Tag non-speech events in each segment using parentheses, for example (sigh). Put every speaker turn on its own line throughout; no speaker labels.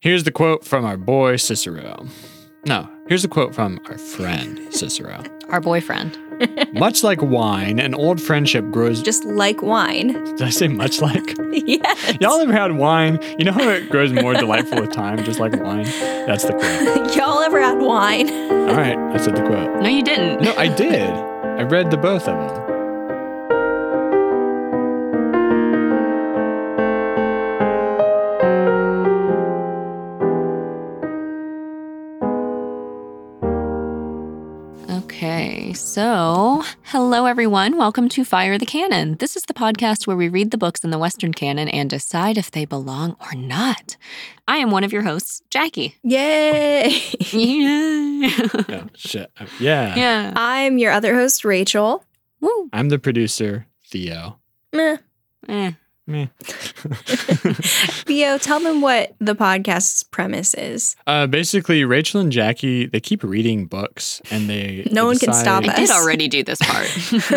Here's the quote from our boy Cicero. No, here's a quote from our friend Cicero.
(laughs) Our boyfriend.
much like wine, an old friendship grows.
Just like wine.
(laughs)
Did I say much
(laughs)
like?
yes.
Y'all ever had wine? You know how it grows more delightful with time, just like wine? That's the quote.
Y'all ever had wine?
All right, I said the quote.
No, you didn't.
No, I did. I read the both of them.
Okay, so hello everyone. Welcome to Fire the Canon. This is the podcast where we read the books in the Western canon and decide if they belong or not. I am one of your hosts, (laughs) Jackie.
Yay. (laughs)
Yeah.
Oh, shit. Uh, Yeah.
yeah.
I'm your other host, Rachel.
Woo.
I'm the producer, Theo.
Meh.
Eh.
Meh.
Theo, tell them what the podcast's premise is.
(laughs) uh, basically, Rachel and Jackie, they keep reading books and they.
No
they
one can stop
I
decide-
did
Us.
already do this part.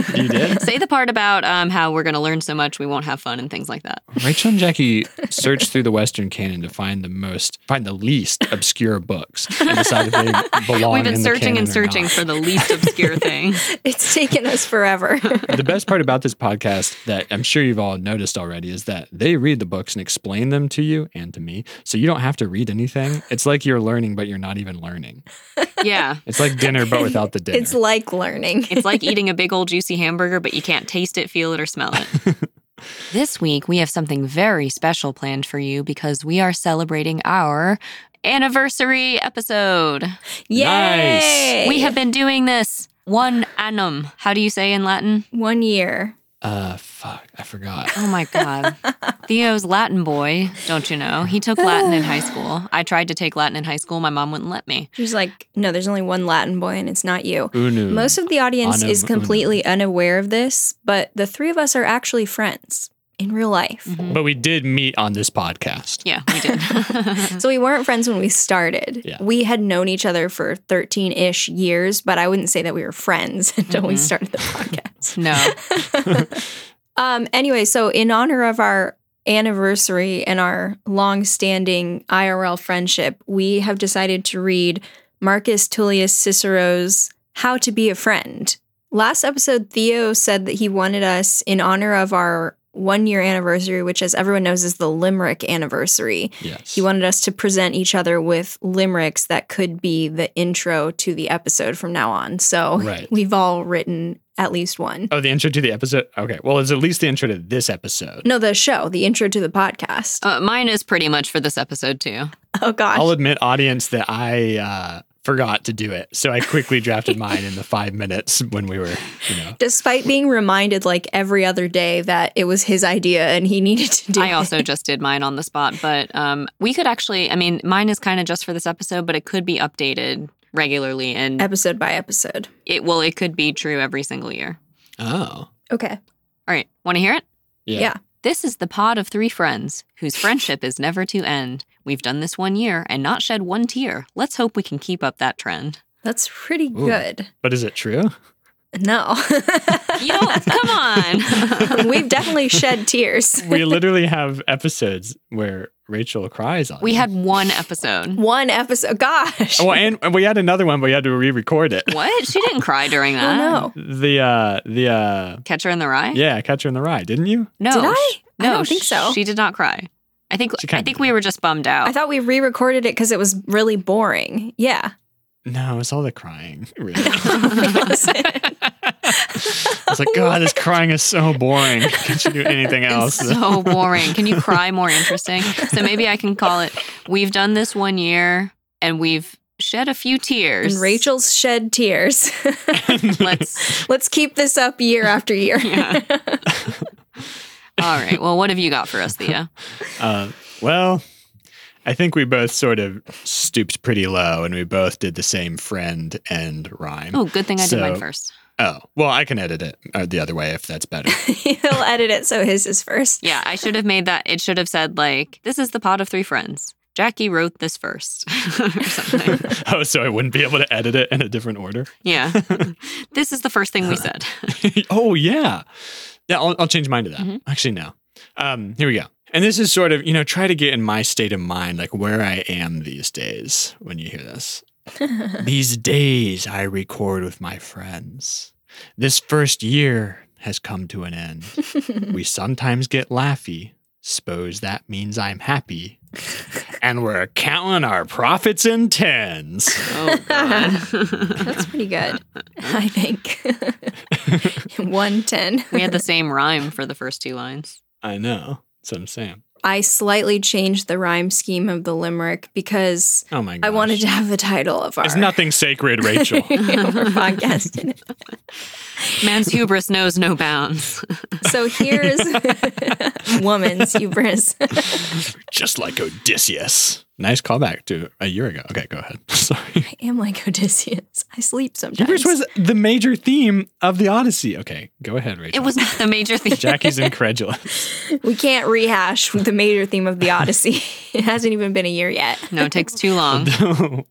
(laughs)
You did?
Say the part about um, how we're going to learn so much we won't have fun and things like that.
Rachel and Jackie search through the Western canon to find the most, find the least obscure books and decide if they
(laughs)
belong.
We've been
in the
searching
canon
and
or
searching
not.
for the least obscure (laughs) thing.
(laughs) It's taken
(laughs)
us forever.
the best part about this podcast that I'm sure you've all noticed already is that they read the books and explain them to you and to me. So you don't have to read anything. It's like you're learning, but you're not even learning.
Yeah.
It's like dinner, but without the dinner.
it's like learning.
It's like eating a big old juicy hamburger, but you can't taste it, feel it, or smell it. this week, we have something very special planned for you because we are celebrating our anniversary episode.
Yay.
We have been doing this one annum. How do you say in Latin?
one year.
uh, fuck, I forgot.
Oh my (laughs) God. Theo's Latin boy, don't you know? He took Latin in high school. I tried to take Latin in high school. My mom wouldn't let me.
She's like, no, there's only one Latin boy and it's not you.
Unu.
Most of the audience
Hmm. Anum
is completely unaware of this, but the three of us are actually friends in real life.
Mhm.
but we did meet on this podcast. (laughs)
(laughs) Yeah, we (laughs) did.
So we weren't friends when we started.
Yeah.
We had known each other for 13 ish years, but I wouldn't say that we were friends (laughs) until we
Mhm.
started the podcast.
no.
um, anyway, so in honor of our anniversary and our long-standing IRL friendship, we have decided to read Marcus Tullius Cicero's How to Be a Friend. Last episode, Theo said that he wanted us in honor of our one year anniversary, which, as everyone knows, is the Limerick anniversary.
Yes.
He wanted us to present each other with limericks that could be the intro to the episode from now on. So
Right.
we've all written at least one.
Oh, the intro to the episode. Okay, well, it's at least the intro to this episode.
No, the show, the intro to the podcast. (laughs)
Uh, mine is pretty much for this episode, too.
Oh gosh.
I'll admit, audience, that I uh, forgot to do it, so I quickly
(laughs)
drafted mine in the five minutes when we were, you know.
Despite being reminded like every other day that it was his idea and he (laughs) needed to
(laughs)
do
I
it.
also just did mine on the spot, but um, we could actually, I mean, mine is kind of just for this episode, but it could be updated regularly and
episode by episode.
it well, it could be true every single year.
Oh,
Okay.
All right, want to hear it?
yeah.
Yeah.
This is the pod of three friends whose friendship is never to end. We've done this one year and not shed one tear. Let's hope we can keep up that trend.
That's pretty
Ooh.
good.
But is it true?
No. (laughs)
You don't, come on.
We've definitely shed tears.
We literally have episodes where Rachel cries on.
(laughs) we
it.
had one episode.
One episode. Gosh.
Well, Oh, and and we had another one, but we had to re-record it.
What? She didn't cry during
Oh,
that.
no.
The uh, the uh,
Catcher in the Rye?
yeah, Catcher in the Rye, didn't you?
No.
Did I?
sh-
I
No,
don't think so.
She did not cry. I think
She
I
kinda
think
did.
we were just bummed out.
I thought we re-recorded it because it was really boring.
(laughs)
Yeah.
No, it's all the crying.
(laughs)
Really,
it's
it's like God, this crying is so boring. Can't you do anything else?
(laughs) so boring. Can you cry more interesting? So maybe I can call it We've done this one year and we've shed a few tears.
And Rachel's shed tears. (laughs)
Let's
Let's keep this up year
(laughs)
after year.
Yeah. All right. Well, what have you got for us, Thea?
Uh, well, I think we both sort of stooped pretty low, and we both did the same friend and rhyme.
Oh, good thing I did mine
So-
first.
Oh, well, I can edit it uh, the other way if that's better.
He'll edit it so his is first.
Yeah, I should have made that. It should have said like, "This is the pot of three friends." Jackie wrote this first, (laughs) or something.
(laughs) oh, so I wouldn't be able to edit it in a different order.
(laughs) Yeah, this is the first thing we said.
(laughs) oh yeah, yeah. I'll, I'll change mine to that.
Mm-hmm.
Mhm.
Actually, no. Um, here we go. And this is sort of, you know, try to get in my state of mind, like where I am these days when you hear
(laughs)
this. these days I record with my friends. This first year has come to an
(laughs)
end. we sometimes get laughy. Suppose that means I'm happy. and we're counting our profits in tens.
Oh,
That's
God.
(laughs)
pretty good, I think. (laughs) 110.
(laughs) we had the same rhyme for the first two lines.
I know. That's what I'm saying.
I slightly changed the rhyme scheme of the limerick because
Oh my gosh.
I wanted to have the title of our
It's
(laughs)
nothing sacred, Rachel.
We're podcasting it.
Man's hubris knows no bounds.
So
(laughs)
here's (laughs) woman's hubris.
Just like Odysseus. Nice callback to a year ago. Okay, go ahead. (laughs) Sorry.
I am like Odysseus. I sleep sometimes.
Hubris was the major theme of the Odyssey. Okay, go ahead, Rachel.
It was not the major thing.
(laughs)
(laughs)
Jackie's incredulous.
we can't rehash the major theme of the Odyssey. it hasn't even been a year yet.
No, it takes
(laughs)
too long.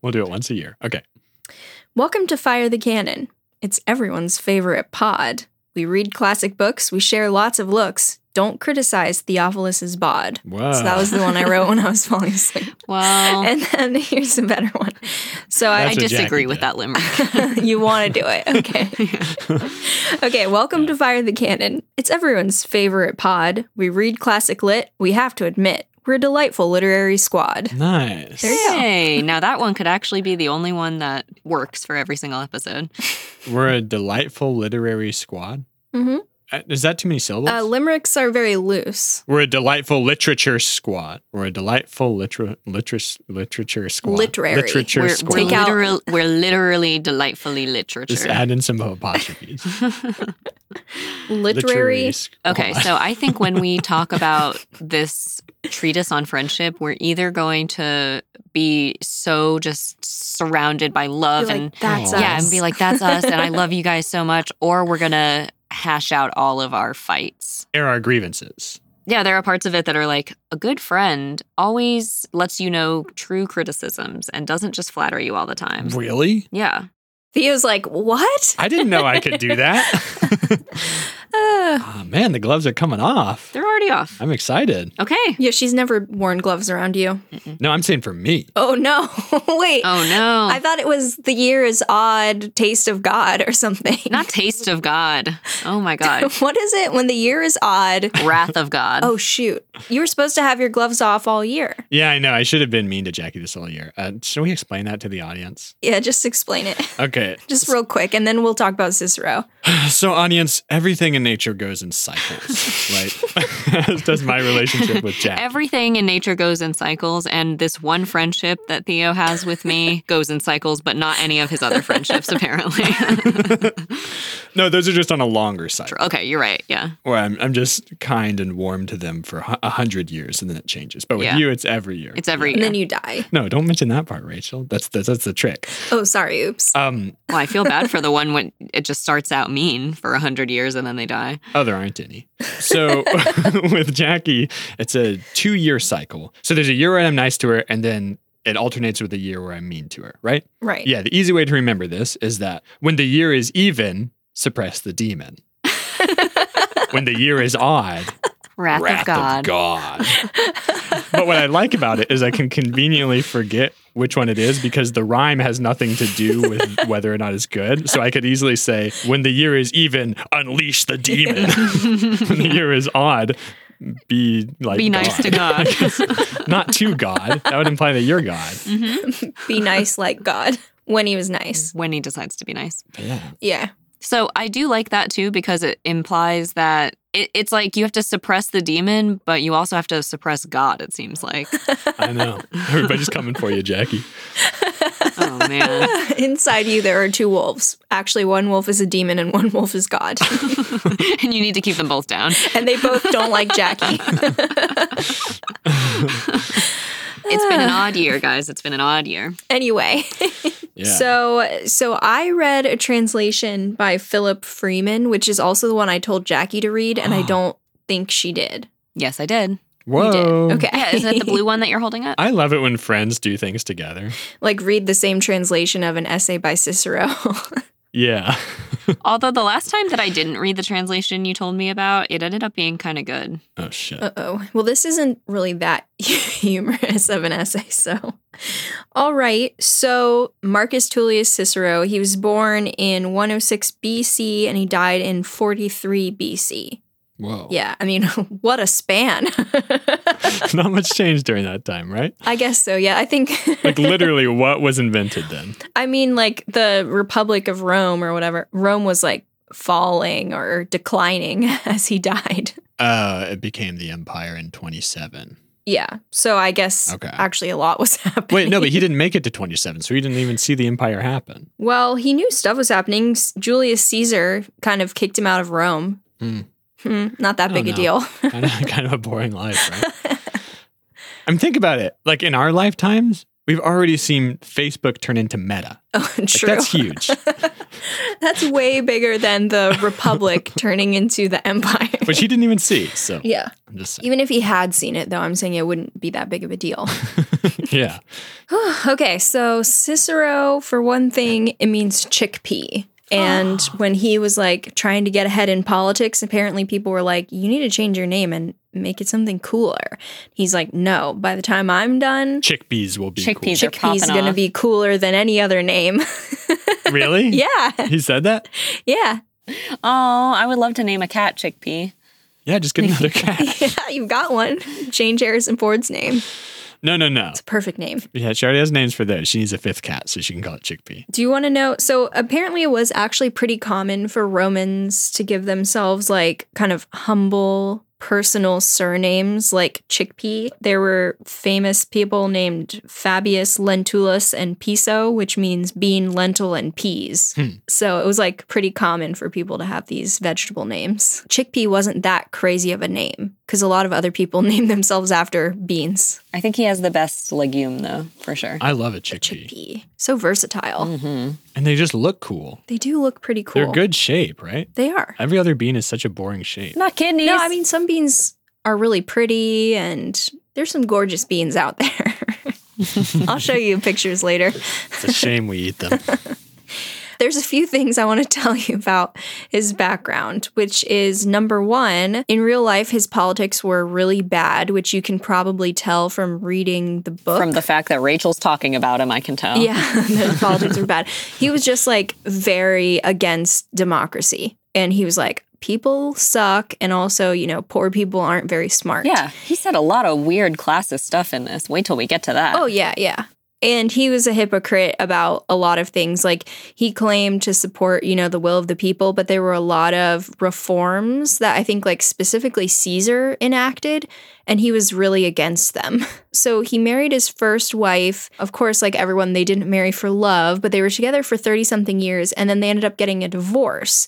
we'll do it once a year. Okay.
Welcome to Fire the Cannon. It's everyone's favorite pod. We read classic books, we share lots of looks. Don't criticize Theophilus's bod.
Whoa.
So that was the one I wrote when I was
(laughs)
falling asleep.
Well,
And then (laughs) here's a better one. So
I
I,
That's what
disagree
Jackie
with
did. (laughs)
that limerick. (laughs)
(laughs) you want to do it. Okay. Okay, welcome to Fire the Cannon. It's everyone's favorite pod. We read classic lit. We have to admit, we're a delightful literary squad.
nice.
There you go.
Hey, now that one could actually be the only one that works for every single episode.
We're a delightful literary squad.
hmm
Uh, Is that too many syllables?
Uh, limericks are very loose.
We're a delightful literature squad. We're a delightful litera- literis- literature squad.
Literary.
Literature
We're,
squad.
we're,
Take out-
literal, we're literally delightfully literature.
Just
(laughs)
add in some apostrophes.
(laughs) Literary.
squad. (laughs)
Okay, so I think when we talk about this treatise on friendship, we're either going to be so just surrounded by
Be
love
like,
and
that's
Aw.
us.
yeah, and be like that's us and I love you guys so much or we're going to hash out all of our fights.
There are grievances.
Yeah, there are parts of it that are like a good friend always lets you know true criticisms and doesn't just flatter you all the time.
Really?
Yeah.
Theo's like, what?
I didn't know I could do
(laughs)
that.
Uh,
oh, man, the gloves are coming off.
They're already off.
I'm excited.
Okay.
yeah, she's never worn gloves around you.
No, I'm saying for me.
Oh no! (laughs) Wait, (laughs)
Oh no.
I thought it was the year is odd, taste of God or something. (laughs)
Not taste of God. Oh my God.
what is it when the year is odd?
Wrath of God.
Oh shoot! You were supposed to have your gloves off all year.
Yeah, I know. I should have been mean to Jackie this whole year. Uh, should we explain that to the audience?
Yeah, just explain it, (laughs)
Okay.
just real quick, and then we'll talk about Cicero.
(sighs) So, audience, everything in nature goes in
(laughs)
cycles, right? (laughs) As does my relationship with Jack.
Everything in nature goes in cycles, and this one friendship that Theo has with
(laughs)
me goes in cycles, but not any of his other friendships, apparently. (laughs)
no, those are just on a longer cycle
okay, you're right. Yeah.
where I'm, I'm just kind and warm to them for hu- a hundred years and then it changes. But with
Yeah.
you, it's every year.
It's every
And
year.
then you die.
no, don't mention that part, Rachel. That's the, that's the trick.
Oh, sorry. Oops.
Um,
Well, I feel bad for the one when it just starts out mean for 100 years and then they die.
Oh, there aren't any. So (laughs) with Jackie, it's a two year cycle. So there's a year where I'm nice to her, and then it alternates with a year where I'm mean to her, right?
Right.
Yeah, the easy way to remember this is that when the year is even, suppress the
(laughs)
demon. when the year is odd,
Wrath,
wrath
of God.
of God. but what I like about it is I can conveniently forget which one it is because the rhyme has nothing to do with whether or not it's good. So I could easily say, when the year is even, unleash the
(laughs)
demon. when (laughs) the year is odd, be like
(laughs) Be nice to God.
Not to God. (laughs) That would imply that you're God.
Mm-hmm.
Be nice like God (laughs) when he was nice.
when he decides to be nice.
Yeah.
Yeah.
So I do like that too because it implies that it, it's like you have to suppress the demon, but you also have to suppress God, it seems (laughs) like.
I know. (laughs) Everybody's coming for you, Jackie.
Oh, man. (laughs)
(laughs) Inside you, there are two wolves. Actually, one wolf is a demon and one (laughs) wolf
(laughs)
is God.
and you need to keep them both down.
and they both don't like
(laughs)
Jackie.
It's been an odd (sighs) year, guys. It's been an odd year.
anyway,
Yeah.
so so I read a translation by Philip Freeman, which is also the one I told Jackie to
(gasps)
read, and I don't think she did.
Yes, I did.
You
Whoa.
did. Okay.
Yeah, isn't
(laughs)
it the blue one that you're holding up?
I love it when friends do things together.
(laughs) like read the same translation of an essay by Cicero.
Yeah.
(laughs) Although the last time that I didn't read the translation you told me about, it ended up being kind of good.
(laughs) Oh shit.
Uh oh. Well, this isn't really that (laughs) humorous of an essay. So, all right. So, Marcus Tullius Cicero, he was born in 106 BC and he died in 43 BC.
Whoa.
Yeah. I mean, (laughs) what a span.
(laughs)
(laughs)
Not much changed during that time, right?
I guess so. Yeah. I think, (laughs)
Like literally, what was invented then?
I mean, like the Republic of Rome or whatever, Rome was like falling or declining (laughs) as he died.
Uh, it became the empire in 27.
Yeah. So, I guess
Okay.
actually a lot was (laughs) happening.
Wait, no, but he didn't make it to 27, so he didn't even see the empire happen.
Well, he knew stuff was happening. S- Julius Caesar kind of kicked him out of Rome.
Hmm.
Hmm, not that
Oh,
big a
no.
deal. (laughs)
(laughs) Kind of, kind of a boring life, right? (laughs) I mean, think about it. Like in our lifetimes, we've already seen Facebook turn into Meta.
oh,
Like,
true.
that's huge,
(laughs) That's way bigger than the
(laughs)
Republic turning into the Empire.
which he didn't even see. So
(laughs) yeah.
I'm just saying.
Even if he had seen it, though, I'm saying it wouldn't be that big of a deal.
yeah.
(sighs) okay, so Cicero, for one thing, it means chickpea.
(gasps)
And when he was like trying to get ahead in politics, apparently people were like, you need to change your name and make it something cooler. He's like, no, by the time I'm done,
Chickpeas will be
Chickpeas are
chickpea's
popping
going to
off.
be cooler than any
(laughs)
other name. (laughs)
cool. Really?
yeah.
He said that?
Yeah. (laughs)
Oh, I would love to name a cat chickpea.
Yeah, just get another cat.
(laughs) Yeah, you've got one. Change Harrison Ford's name.
No, no, no.
It's a perfect name.
Yeah, she already has names for those. She needs a fifth cat, so she can call it Chickpea.
Do you want to know? So apparently, it was actually pretty common for Romans to give themselves like kind of humble personal surnames like chickpea. There were famous people named Fabius Lentulus and Piso, which means bean, lentil, and peas.
Hmm.
So it was like pretty common for people to have these vegetable names. Chickpea wasn't that crazy of a name because a lot of other people (laughs) name themselves after beans.
I think he has the best legume, though, for sure.
I love a chickpea.
Chickpea. So versatile.
Mm-hmm.
And they just look cool.
They do look pretty cool.
They're good shape, right?
They are.
Every other bean is such a boring shape.
Not kidneys.
No, I mean some beans are really pretty, and there's some gorgeous beans out there. (laughs) I'll show you pictures later.
It's a shame we eat
(laughs)
them.
There's a few things I want to tell you about his background, which is number one, in real life, his politics were really bad, which you can probably tell from reading the book.
from the fact that Rachel's talking about him, I can tell.
Yeah, (laughs) the politics were bad. He was just like very against democracy. And he was like, people suck. And also, you know, poor people aren't very smart.
Yeah, he said a lot of weird classist stuff in this. Wait till we get to that.
Oh, yeah, yeah. And he was a hypocrite about a lot of things. Like he claimed to support, you know, the will of the people, but there were a lot of reforms that I think, like, specifically Caesar enacted, and he was really against them. (laughs) So he married his first wife. Of course, like everyone, they didn't marry for love, but they were together for 30 something years, and then they ended up getting a divorce.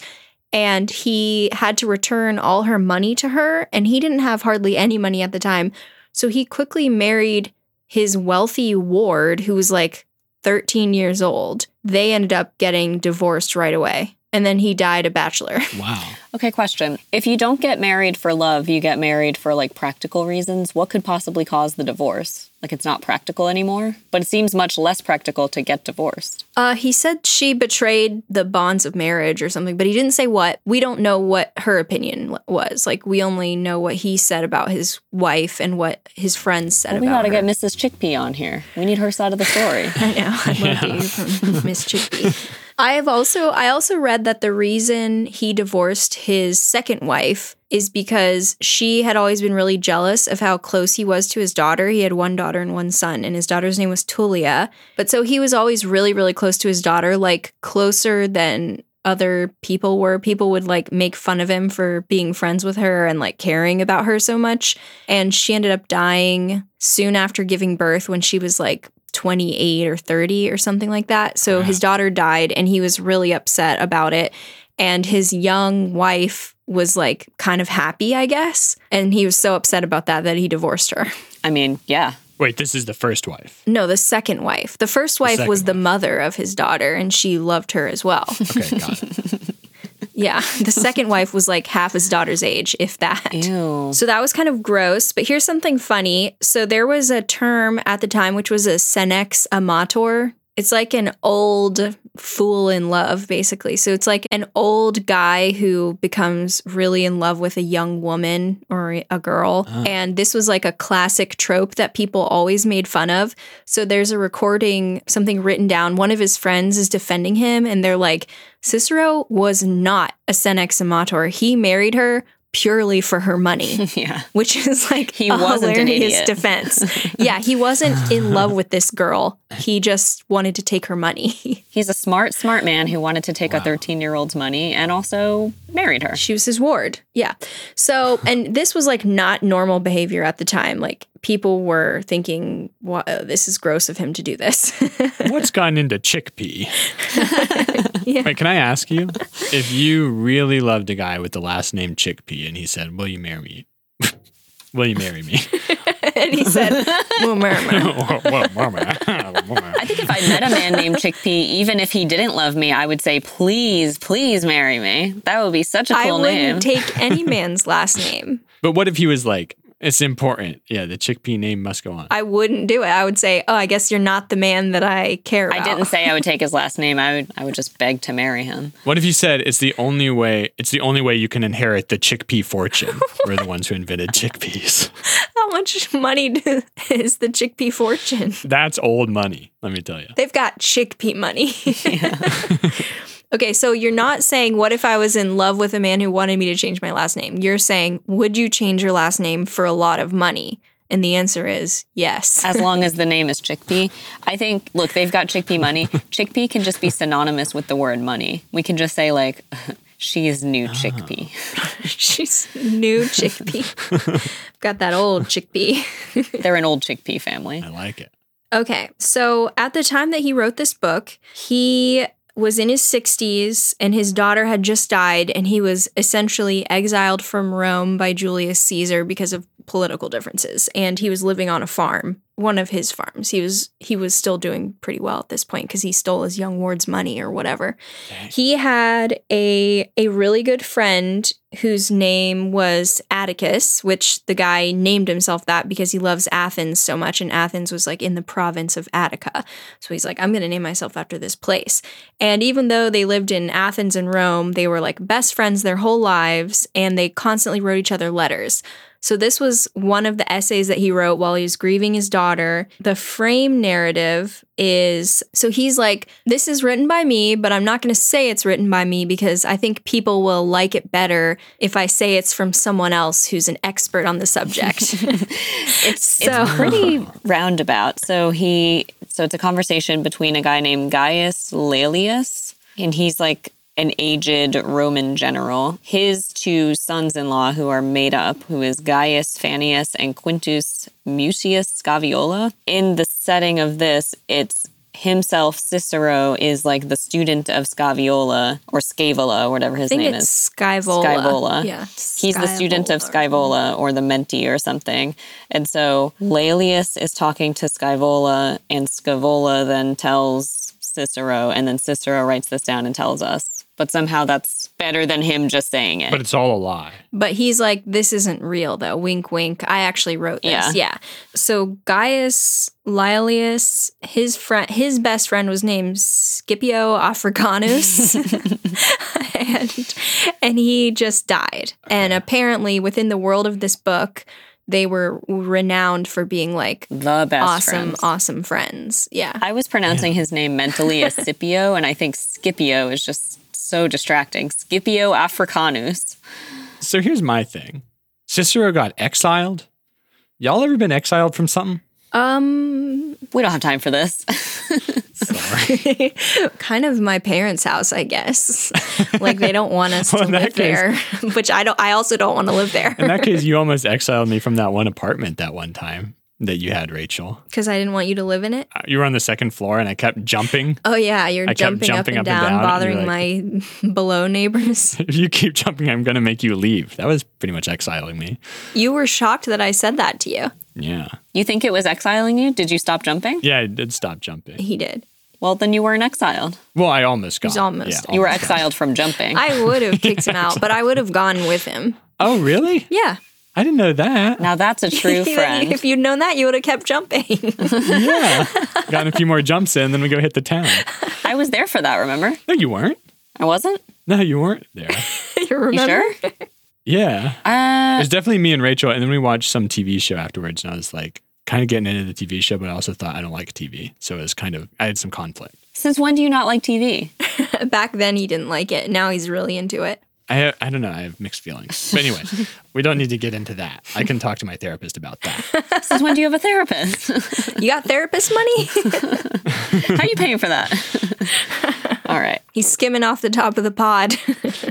And he had to return all her money to her, and he didn't have hardly any money at the time. So he quickly married his wealthy ward, who was like 13 years old, they ended up getting divorced right away. And then he died a bachelor. (laughs)
Wow.
Okay, question. If you don't get married for love, you get married for like practical reasons, what could possibly cause the divorce? Like it's not practical anymore, but it seems much less practical to get divorced.
Uh, he said she betrayed the bonds of marriage or something, but he didn't say what. We don't know what her opinion w- was. Like, we only know what he said about his wife and what his friends said
We
about
gotta
her.
get Mrs. Chickpea on here. We need her side of the story.
(laughs) I know. I love that you're from Miss Chickpea. I have also I also read that the reason he divorced his second wife is because she had always been really jealous of how close he was to his daughter. He had one daughter and one son, and his daughter's name was Tulia. But so he was always really, really close to his daughter, like closer than other people were. People would like make fun of him for being friends with her and like caring about her so much. And she ended up dying soon after giving birth when she was like 28 or 30 or something like that. So
Yeah.
his daughter died and he was really upset about it. And his young wife was like kind of happy, I guess. And he was so upset about that that he divorced her. (laughs)
I mean, yeah.
Wait, this is the first wife.
No, the second wife. The first wife was
second
the mother of his daughter and she loved her as well.
Okay, got it.
yeah. The second wife was like half his daughter's age, if that.
Ew. (laughs)
So that was kind of gross, but here's something funny. So there was a term at the time which was a senex amator. It's like an old fool in love, basically. So it's like an old guy who becomes really in love with a young woman or a girl.
Ah.
And this was like a classic trope that people always made fun of. So there's a recording, something written down. One of his friends is defending him, and they're like, Cicero was not a senex amator. He married her purely for her money
yeah.
which is like
He
a
wasn't an
hilarious
idiot. (laughs)
defense. yeah, he wasn't in love with this girl. He just wanted to take her money. (laughs)
He's a smart, smart man who wanted to take a
Wow.
13 year old's money and also married her.
she was his ward. Yeah. So, and this was like not normal behavior at the time. Like people were thinking, wow, this is gross of him to do this. (laughs)
What's gotten into chickpea?
Yeah.
Wait, can I ask you if you really loved a guy with the last name Chickpea and he said, "Will you marry me? (laughs) Will you marry me?" (laughs)
and he
(laughs)
said, "Well, murmur."
I
I think if I met a man named Chickpea, even if he didn't love me, I would say, please, please marry me. That would be such a
I
cool
wouldn't
name.
take any man's last name.
But what if he was like, "It's important. Yeah, the Chickpea name must go on."
I wouldn't do it. I would say, "Oh, I guess you're not the man that I care
I
about."
didn't say I would take his last name. I would I would just beg to marry him.
What if you said it's the only way? It's the only way you can inherit the chickpea fortune. We're the ones who invented chickpeas.
(laughs) How much money (laughs) do- is the chickpea fortune?
That's old money. Let me tell you.
They've got chickpea money. (laughs) okay, so you're not saying, what if I was in love with a man who wanted me to change my last name? You're saying, would you change your last name for a lot of money? And the answer is yes.
As long as the name is Chickpea. I think look, they've got Chickpea money. Chickpea can just be synonymous with the word money. We can just say like (laughs) she is new Chickpea.
(laughs) She's new chickpea. got that old chickpea.
They're an old Chickpea family.
I like it.
Okay, so at the time that he wrote this book, he was in his 60s and his daughter had just died, and he was essentially exiled from Rome by Julius Caesar because of political differences. And he was living on a farm, one of his farms. He was he was still doing pretty well at this point because he stole his young ward's money or whatever.
Dang.
He had a a really good friend whose name was Atticus, which the guy named himself that because he loves Athens so much and Athens was like in the province of Attica. So he's like I'm going to name myself after this place. And even though they lived in Athens and Rome, they were like best friends their whole lives and they constantly wrote each other letters. So this was one of the essays that he wrote while he was grieving his daughter. The frame narrative is so he's like, this is written by me, but I'm not going to say it's written by me because I think people will like it better if I say it's from someone else who's an expert on the subject.
(laughs) it's
(laughs) So-
it's pretty roundabout. So he so it's a conversation between a guy named Gaius Laelius, and he's like an aged Roman general. His two sons-in-law, who are made up, who is Gaius Fannius and Quintus Mutius Scaviola. In the setting of this, it's himself Cicero is like the student of Scaviola or Scaevola, or whatever his
I think
name is.
it's (laughs) Skyvola.
Skyvola.
Yeah.
He's the student of Skyvola or the mentee or something. And so Laelius is talking to Skyvola, and Skyvola then tells Cicero, and then Cicero writes this down and tells us. But somehow that's better than him just saying it.
But it's all a lie.
But he's like, this isn't real though. Wink, wink. I actually wrote this.
Yeah.
Yeah. So Gaius Laelius, his friend, his best friend was named
(laughs)
Scipio Africanus, and and he just died. And apparently, within the world of this book, they were renowned for being like
the best
awesome,
friends.
awesome friends. Yeah.
I was pronouncing his name mentally
(laughs)
as Scipio, and I think Scipio is just so distracting. Scipio Africanus.
So here's my thing. Cicero got exiled. Y'all ever been exiled from something?
Um,
We don't have time for this. (laughs)
(laughs) kind of my parents' house,
(laughs)
I guess. like they don't want us
Well,
to
in that
live there, (laughs) which I don't. I also don't want to live
In
(laughs) there
that case,
(laughs)
you almost exiled me from that one apartment that one time that you had, Rachel.
because I didn't want you to live in it.
Uh, You were on the second floor, and I kept jumping. (laughs)
Oh yeah, you're
I kept
jumping,
jumping
up, and,
up and
down,
down, and
bothering
(laughs)
my below neighbors.
If you keep jumping, I'm gonna make you leave. That was pretty much exiling me.
You were shocked that I said that to you.
Yeah,
You think it was exiling you? Did you stop jumping?
yeah, I did stop jumping.
He did.
Well, then you weren't exiled.
Well, I almost got.
was almost-
yeah,
You were
almost got.
exiled from jumping.
I would have kicked him out, but I would have gone with him.
Oh, really?
Yeah.
I I didn't know
(laughs)
that.
Now that's a true friend.
(laughs) if you'd known that, you would have kept jumping. (laughs)
yeah. Gotten a few more jumps in, then we go hit the town.
I was there for that, remember?
No, you weren't.
I wasn't?
No, you weren't
(laughs)
there.
you
You
remember?
sure?
Yeah. It
(laughs) Uh,
was definitely me and Rachel. And then we watched some TV show afterwards. And I was like, kind of getting into the TV show, but I also thought I don't like TV. So it was kind of, I had some conflict.
since when do you not like TV?
(laughs) Back then, he didn't like it. Now he's really into it.
I, I don't know. I have mixed feelings. But
(laughs)
anyway, we don't need to get into that. I can talk to my therapist about
(laughs)
that.
Since when do you have a therapist? (laughs)
You got therapist money? (laughs)
How are you paying for that? All right.
he's skimming off the top of the pod. (laughs)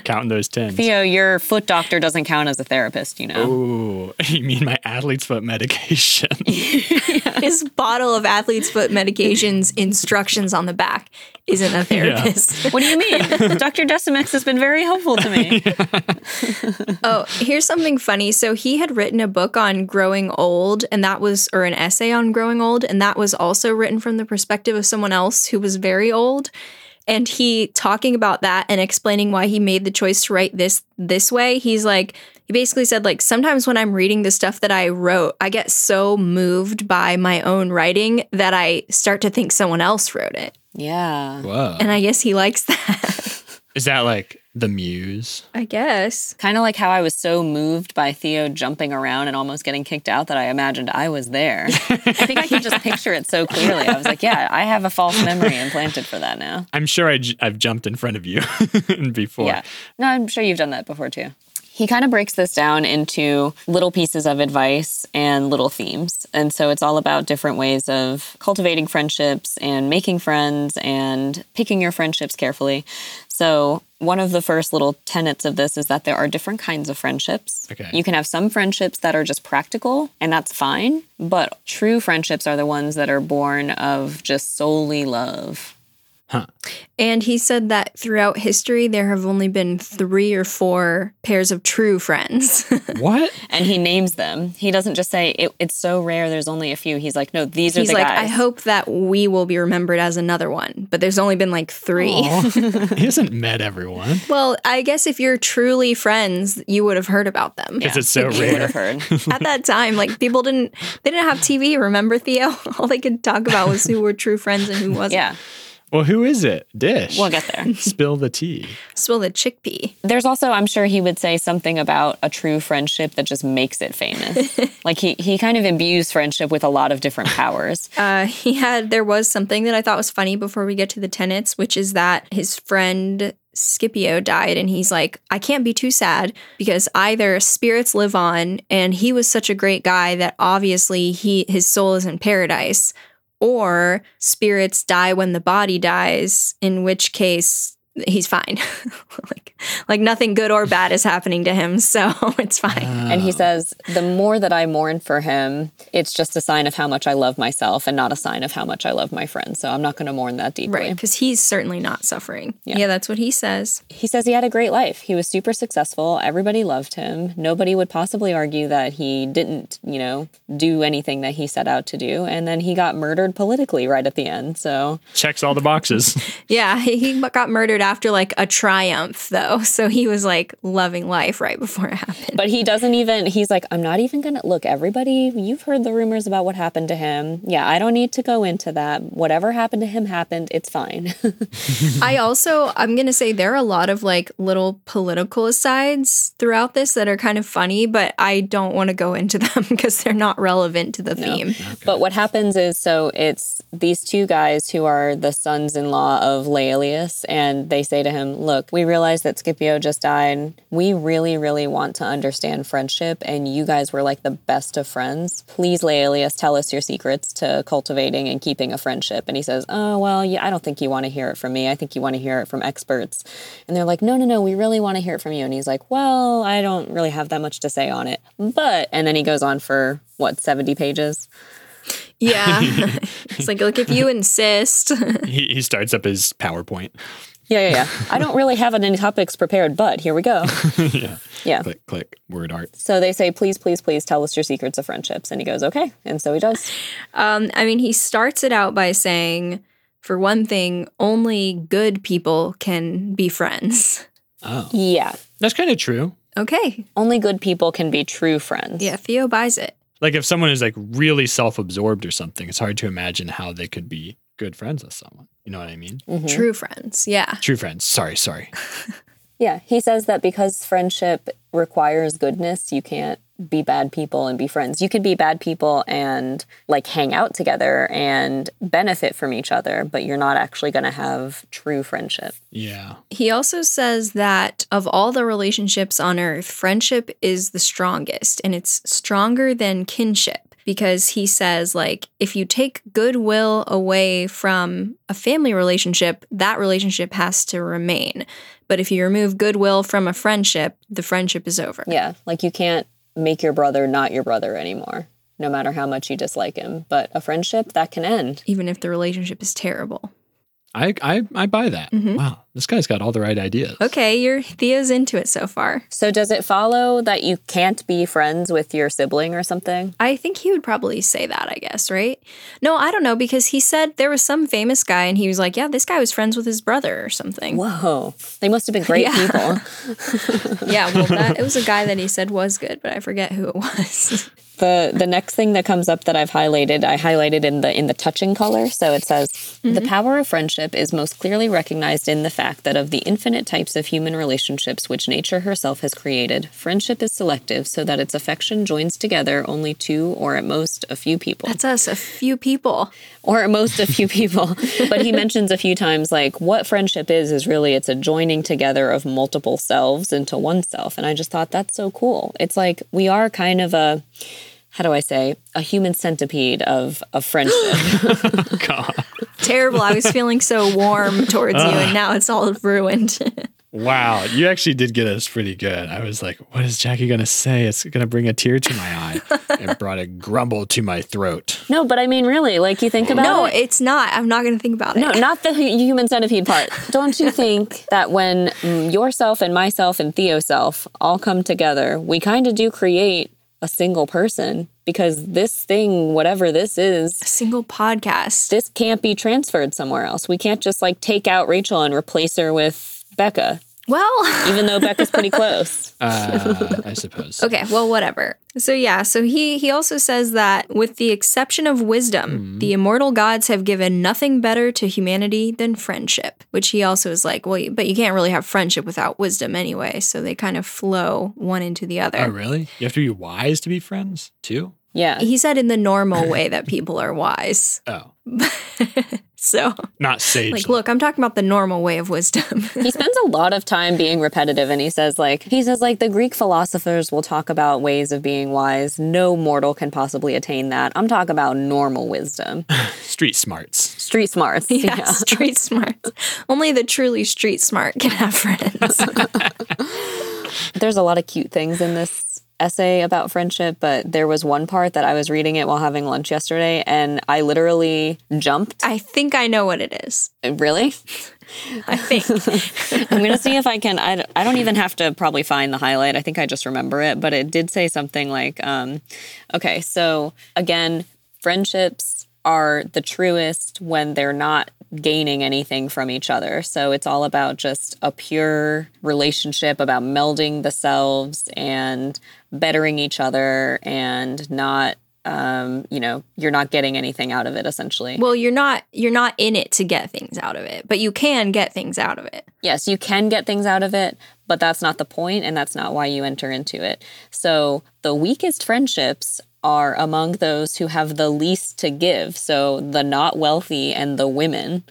Counting those tens.
Theo, your foot doctor doesn't count as a therapist, you
Oh.
know.
Ooh, (laughs) you mean my athlete's foot
(laughs)
medication?
His bottle of athlete's foot medications, instructions on the back, isn't a therapist.
What do you mean? Dr. Decimix has been very helpful to me.
Oh, here's something funny. So he had written a book on growing old, and that was, or an essay on growing old, and that was also written from the perspective of someone else who was very old. And he talking about that and explaining why he made the choice to write this this way. He's like, he basically said like sometimes when I'm reading the stuff that I wrote, I get so moved by my own writing that I start to think someone else wrote it.
Yeah.
Whoa.
And I guess he likes (laughs) that.
Is that like the muse?
I guess.
Kind of like how I was so moved by Theo jumping around and almost getting kicked out that I imagined I was there. I think I can just picture it so clearly. I was like, yeah, I have a false memory implanted for that now.
I'm sure I j- I've jumped in front of you (laughs) before.
Yeah. No, I'm sure you've done that before too. He kind of breaks this down into little pieces of advice and little themes. And so it's all about different ways of cultivating friendships and making friends and picking your friendships carefully. So, one of the first little tenets of this is that there are different kinds of friendships.
Okay.
You can have some friendships that are just practical, and that's fine. But true friendships are the ones that are born of just solely love.
And he said that throughout history, there have only been three or four pairs of true friends. (laughs)
(laughs)
What?
and he names them. He doesn't just say it, it's so rare. There's only a few. He's like, no, these are
He's
the
like,
guys.
I hope that we will be remembered as another one, but there's only been like three.
Aw, he hasn't met everyone.
Well, I guess if you're truly friends, you would have heard about them.
Because it's
(laughs)
so
You would
rare.
have heard.
(laughs) At that time, like people didn't they didn't have TV, remember Theo? (laughs) All they could talk about was who were true friends and who wasn't.
yeah,
Well, who is it? Dish.
we'll get there.
Spill the tea.
Spill the chickpea.
There's also, I'm sure he would say something about a true friendship that just makes it
(laughs)
famous. like he he kind of imbues friendship with a lot of different powers.
Uh, he had there was something that I thought was funny before we get to the tenets, which is that his friend Scipio died, and he's like, I can't be too sad because either spirits live on, and he was such a great guy that obviously he his soul is in paradise, or spirits die when the body dies, in which case he's fine, (laughs) like like nothing good or bad is happening to him, so (laughs) it's fine.
And he says, the more that I mourn for him, it's just a sign of how much I love myself and not a sign of how much I love my friends. So I'm not going to mourn that deeply.
Right, because he's certainly not suffering.
Yeah.
yeah, that's what he says.
he says he had a great life. He was super successful. Everybody loved him. Nobody would possibly argue that he didn't, you know, do anything that he set out to do. And then he got murdered politically right at the end. So
Checks all the (laughs) boxes.
Yeah, (laughs) he he got murdered after like a triumph though. So he was like loving life right before it happened.
But he doesn't even, he's like, I'm not even going to look, everybody, you've heard the rumors about what happened to him. Yeah, I don't need to go into that. Whatever happened to him happened. It's fine. (laughs)
I also I'm going to say there are a lot of like little political asides throughout this that are kind of funny, but I don't want to go into (laughs) them because they're not relevant to the theme.
But what happens is, so it's these two guys who are the sons in law of Laelius, and they say to him, Look, we realize that Scipio just died. We really, really want to understand friendship, and you guys were like the best of friends. Please, Laelius, tell us your secrets to cultivating and keeping a friendship. And he says, Oh, well, yeah, I don't think you want to hear it from me. I think you want to hear it from experts. And they're like, No, no, no, we really want to hear it from you. And he's like, Well, I don't really have that much to say on it. But, and then he goes on for what, 70 pages?
Yeah. it's like look if you insist. (laughs)
he, he starts up his PowerPoint.
Yeah, yeah, yeah. I don't really have any topics prepared, but here we go.
yeah.
Yeah.
Click, click, word art.
So they say, please, please, please tell us your secrets of friendships. And he goes, okay. And so he does.
Um, I mean, he starts it out by saying for one thing, only good people can be friends. (laughs)
Oh.
Yeah.
That's kind of true.
Okay.
Only good people can be true friends.
Yeah, Theo buys it.
Like if someone is like really self-absorbed or something, it's hard to imagine how they could be good friends with someone. You know what I mean?
Mhm.
True friends. Yeah.
True friends. Sorry, sorry.
Yeah, he says that because friendship requires goodness, you can't be bad people and be friends. You could be bad people and like hang out together and benefit from each other, but you're not actually going to have true friendship.
Yeah.
He also says that of all the relationships on earth, friendship is the strongest and it's stronger than kinship because he says like if you take goodwill away from a family relationship, that relationship has to remain. But if you remove goodwill from a friendship, the friendship is over.
Yeah, like you can't make your brother not your brother anymore, no matter how much you dislike him. But a friendship that can end.
Even if the relationship is terrible.
I I, I buy that.
Mhm.
Wow. This guy's got all the right ideas.
Okay, your Theo's into it so far.
So, does it follow that you can't be friends with your sibling or something?
I think he would probably say that, I guess, right? No, I don't know because he said there was some famous guy and he was like, yeah, this guy was friends with his brother or something.
Whoa, they must have been great
Yeah.
people.
Yeah, well, (laughs) that it was a guy that he said was good, but I forget who it was. (laughs)
the the next thing that comes up that I've highlighted, I highlighted in the in the touching color. So it says the power of friendship is most clearly recognized in the fact that of the infinite types of human relationships which nature herself has created, friendship is selective so that its affection joins together only two or at most a few people
That's us, a few people.
or at most a few (laughs) people. but he mentions a few times like what friendship is is really it's a joining together of multiple selves into one self. And I just thought that's so cool. It's like we are kind of a how do I say a human centipede of of friendship.
(laughs) God.
Terrible. I was feeling so warm towards you and now it's all ruined.
Wow. You actually did get us pretty good. I was like, what is Jackie gonna say? It's gonna bring a tear to (laughs) my eye. it brought a grumble to my throat.
(gasps) no, but I mean really, like you think about
no,
it.
it's not. I'm not going to think about it.
No, not the hu- human centipede part. Don't you think (laughs) that when mm, yourself and myself and Theo self all come together, we kind of do create a single person because this thing, whatever this is,
A single podcast.
this can't be transferred somewhere else. We can't just like take out Rachel and replace her with Becca,
Well, (laughs)
even though Becca's pretty close.
Uh, I suppose.
Okay, well, whatever. So yeah, so he he also says that with the exception of wisdom, the immortal gods have given nothing better to humanity than friendship. Which he also is like, well, but you can't really have friendship without wisdom anyway. So they kind of flow one into the other.
Oh really? You have to be wise to be friends too?
Yeah.
He said in the normal way that people are wise. (laughs)
Oh.
So
Not sage.
like, look, I'm talking about the normal way of wisdom. (laughs)
He spends a lot of time being repetitive and he says like he says like the Greek philosophers will talk about ways of being wise. No mortal can possibly attain that. I'm talking about normal wisdom.
street smarts.
Street smarts.
yeah, (laughs) street smarts. Only the truly street smart can have friends.
There's a lot of cute things in this essay about friendship, but there was one part that I was reading it while having lunch yesterday and I literally jumped.
I think I know what it is.
Really?
I think.
I'm gonna see if I can. I, I don't even have to probably find the highlight. I think I just remember it, but it did say something like, um, okay, so again, friendships are the truest when they're not gaining anything from each other. So it's all about just a pure relationship about melding the selves and bettering each other and not. Um, you know, you're not getting anything out of it essentially.
Well, you're not you're not in it to get things out of it, but you can get things out of it.
yes, you can get things out of it, but that's not the point and that's not why you enter into it. So the weakest friendships are among those who have the least to give. So the not wealthy and the women.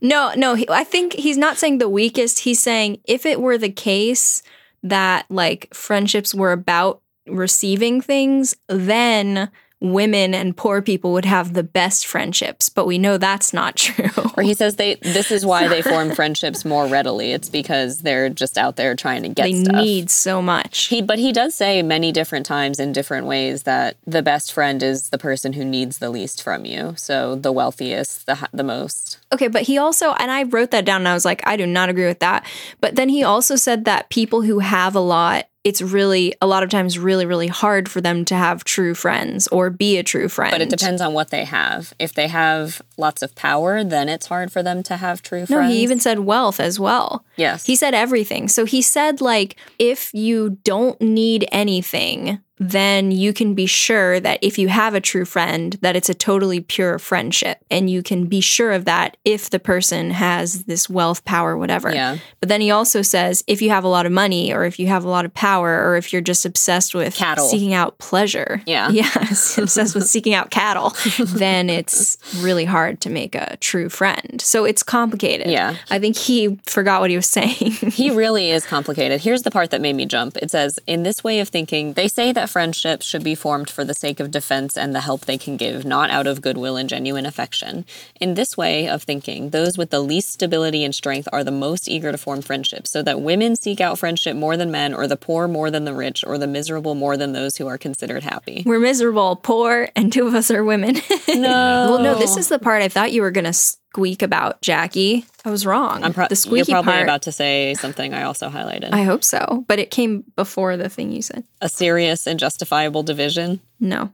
No, no, he, I think he's not saying the weakest. He's saying if it were the case that like friendships were about receiving things, then women and poor people would have the best friendships, but we know that's not (laughs) true.
Or he says they this is why they
(laughs)
form friendships more readily. It's because they're just out there trying to get
they
stuff.
need so much.
He, but he does say many different times in different ways that the best friend is the person who needs the least from you. So the wealthiest, the hi- the most.
Okay, but he also, and I wrote that down and I was like, I do not agree with that. But then he also said that people who have a lot it's really a lot of times really really hard for them to have true friends or be a true friend.
But it depends on what they have. If they have lots of power, then it's hard for them to have true
No,
friends.
he even said wealth as well.
yes.
He said everything. So he said, like, if you don't need anything, then you can be sure that if you have a true friend, that it's a totally pure friendship. And you can be sure of that if the person has this wealth, power, whatever.
yeah.
But then he also says, if you have a lot of money or if you have a lot of power or if you're just obsessed with
Cattle.
seeking out pleasure.
Yeah.
(laughs) Yes, obsessed with seeking
(laughs)
out cattle, then it's really hard to make a true friend. So it's complicated.
Yeah.
I think he forgot what he was saying. (laughs)
He really is complicated. Here's the part that made me jump. It says, in this way of thinking, they say that friendships should be formed for the sake of defense and the help they can give, not out of goodwill and genuine affection. In this way of thinking, those with the least stability and strength are the most eager to form friendships, so that women seek out friendship more than men, or the poor more than the rich, or the miserable more than those who are considered happy.
We're miserable, poor, and two of us are women.
No.
(laughs) well, no, this is the part I thought you were going to squeak about, Jackie. I was wrong.
I'm pro-
the squeaky
You're probably
part.
about to say something I also highlighted.
I hope so, but it came before the thing you said.
a serious and justifiable division. (gasps)
No.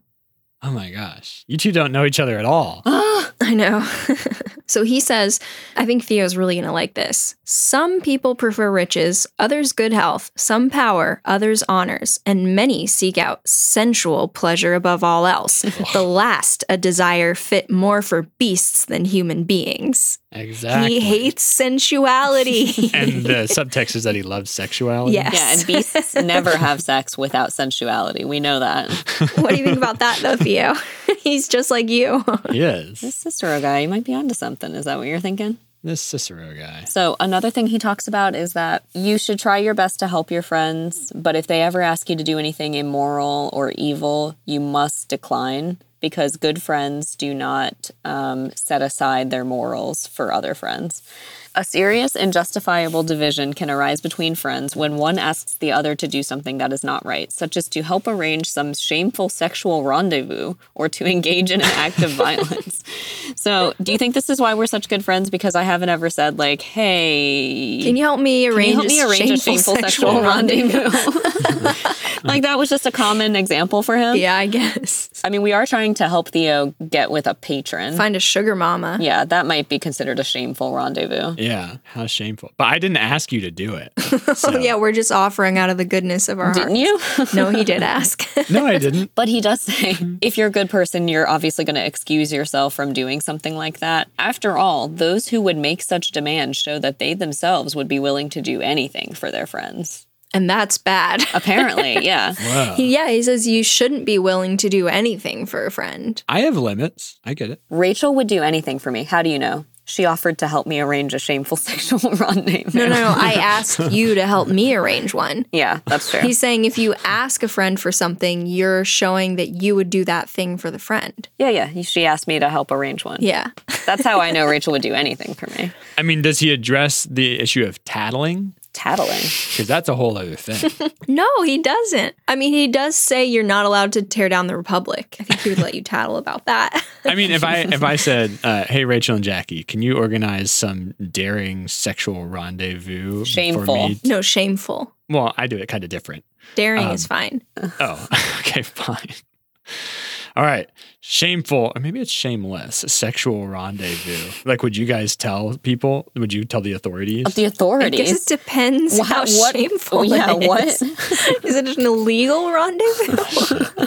Oh my gosh. You two don't know each other at all.
I know. (laughs) so he says, I think Theo's really going to like this. Some people prefer riches, others good health, some power, others honors, and many seek out sensual pleasure above
(laughs)
all else. the last, a desire fit more for beasts than human beings.
Exactly.
He
(laughs)
hates sensuality.
And the subtext is that he loves sexuality.
yes.
Yeah, and (laughs) beasts never have sex without sensuality. We know that.
what do you think about that, though, Theo? (laughs) He's just like you.
He is.
This Cicero guy, you might be onto something. Is that what you're thinking?
This Cicero guy.
So, another thing he talks about is that you should try your best to help your friends, but if they ever ask you to do anything immoral or evil, you must decline because good friends do not um, set aside their morals for other friends. A serious and justifiable division can arise between friends when one asks the other to do something that is not right, such as to help arrange some shameful sexual rendezvous or to engage in an act of violence. So, do you think this is why we're such good friends? Because I haven't ever said like, "Hey,
Can you help me arrange,
you help me arrange a shameful sexual, (laughs)
(laughs)
rendezvous?" (laughs) like that was just a common example for him.
Yeah, I guess.
I mean, we are trying to help Theo get with a patron.
Find a sugar mama.
Yeah, that might be considered a shameful rendezvous.
Yeah. How shameful. But I didn't ask you to do it. So-
Oh, Yeah, we're just offering out of the goodness of our
Didn't you? (laughs)
heart. (laughs) No, he did ask. (laughs)
No, I didn't.
But he does say if you're a good person, you're obviously going to excuse yourself from doing something like that. After all, those who would make such demands show that they themselves would be willing to do anything for their friends.
and that's bad.
Apparently, yeah.
Wow.
(laughs) He- yeah, he says you shouldn't be willing to do anything for a friend.
I have limits. I get it.
Rachel would do anything for me. How do you know? She offered to help me arrange a shameful (laughs) sexual rendezvous.
No, no, no.
(laughs)
I asked you to help me arrange one.
Yeah, that's true.
He's saying if you ask a friend for something, you're showing that you would do that thing for the friend.
yeah, yeah. She asked me to help arrange one.
Yeah. (laughs)
That's how I know Rachel would do anything for me.
I mean, does he address the issue of tattling?
Tattling.
Because that's a whole other thing.
No, he doesn't. I mean, he does say you're not allowed to tear down the republic. I think he would let you tattle about that. (laughs)
I mean, if I if I said, uh, "Hey, Rachel and Jackie, can you organize some daring sexual rendezvous for
Shameful.
me?"
No, shameful.
Well, I do it kind of different.
Daring is
Um,
fine.
Oh, (laughs) okay, fine. All right, shameful, or maybe it's shameless sexual rendezvous. Like, would you guys tell people? Would you tell the authorities?
The
I guess it
authorities.
depends
Wha-
how
what-
shameful
yeah,
it is.
what?
(laughs) Is it an illegal rendezvous?
(laughs)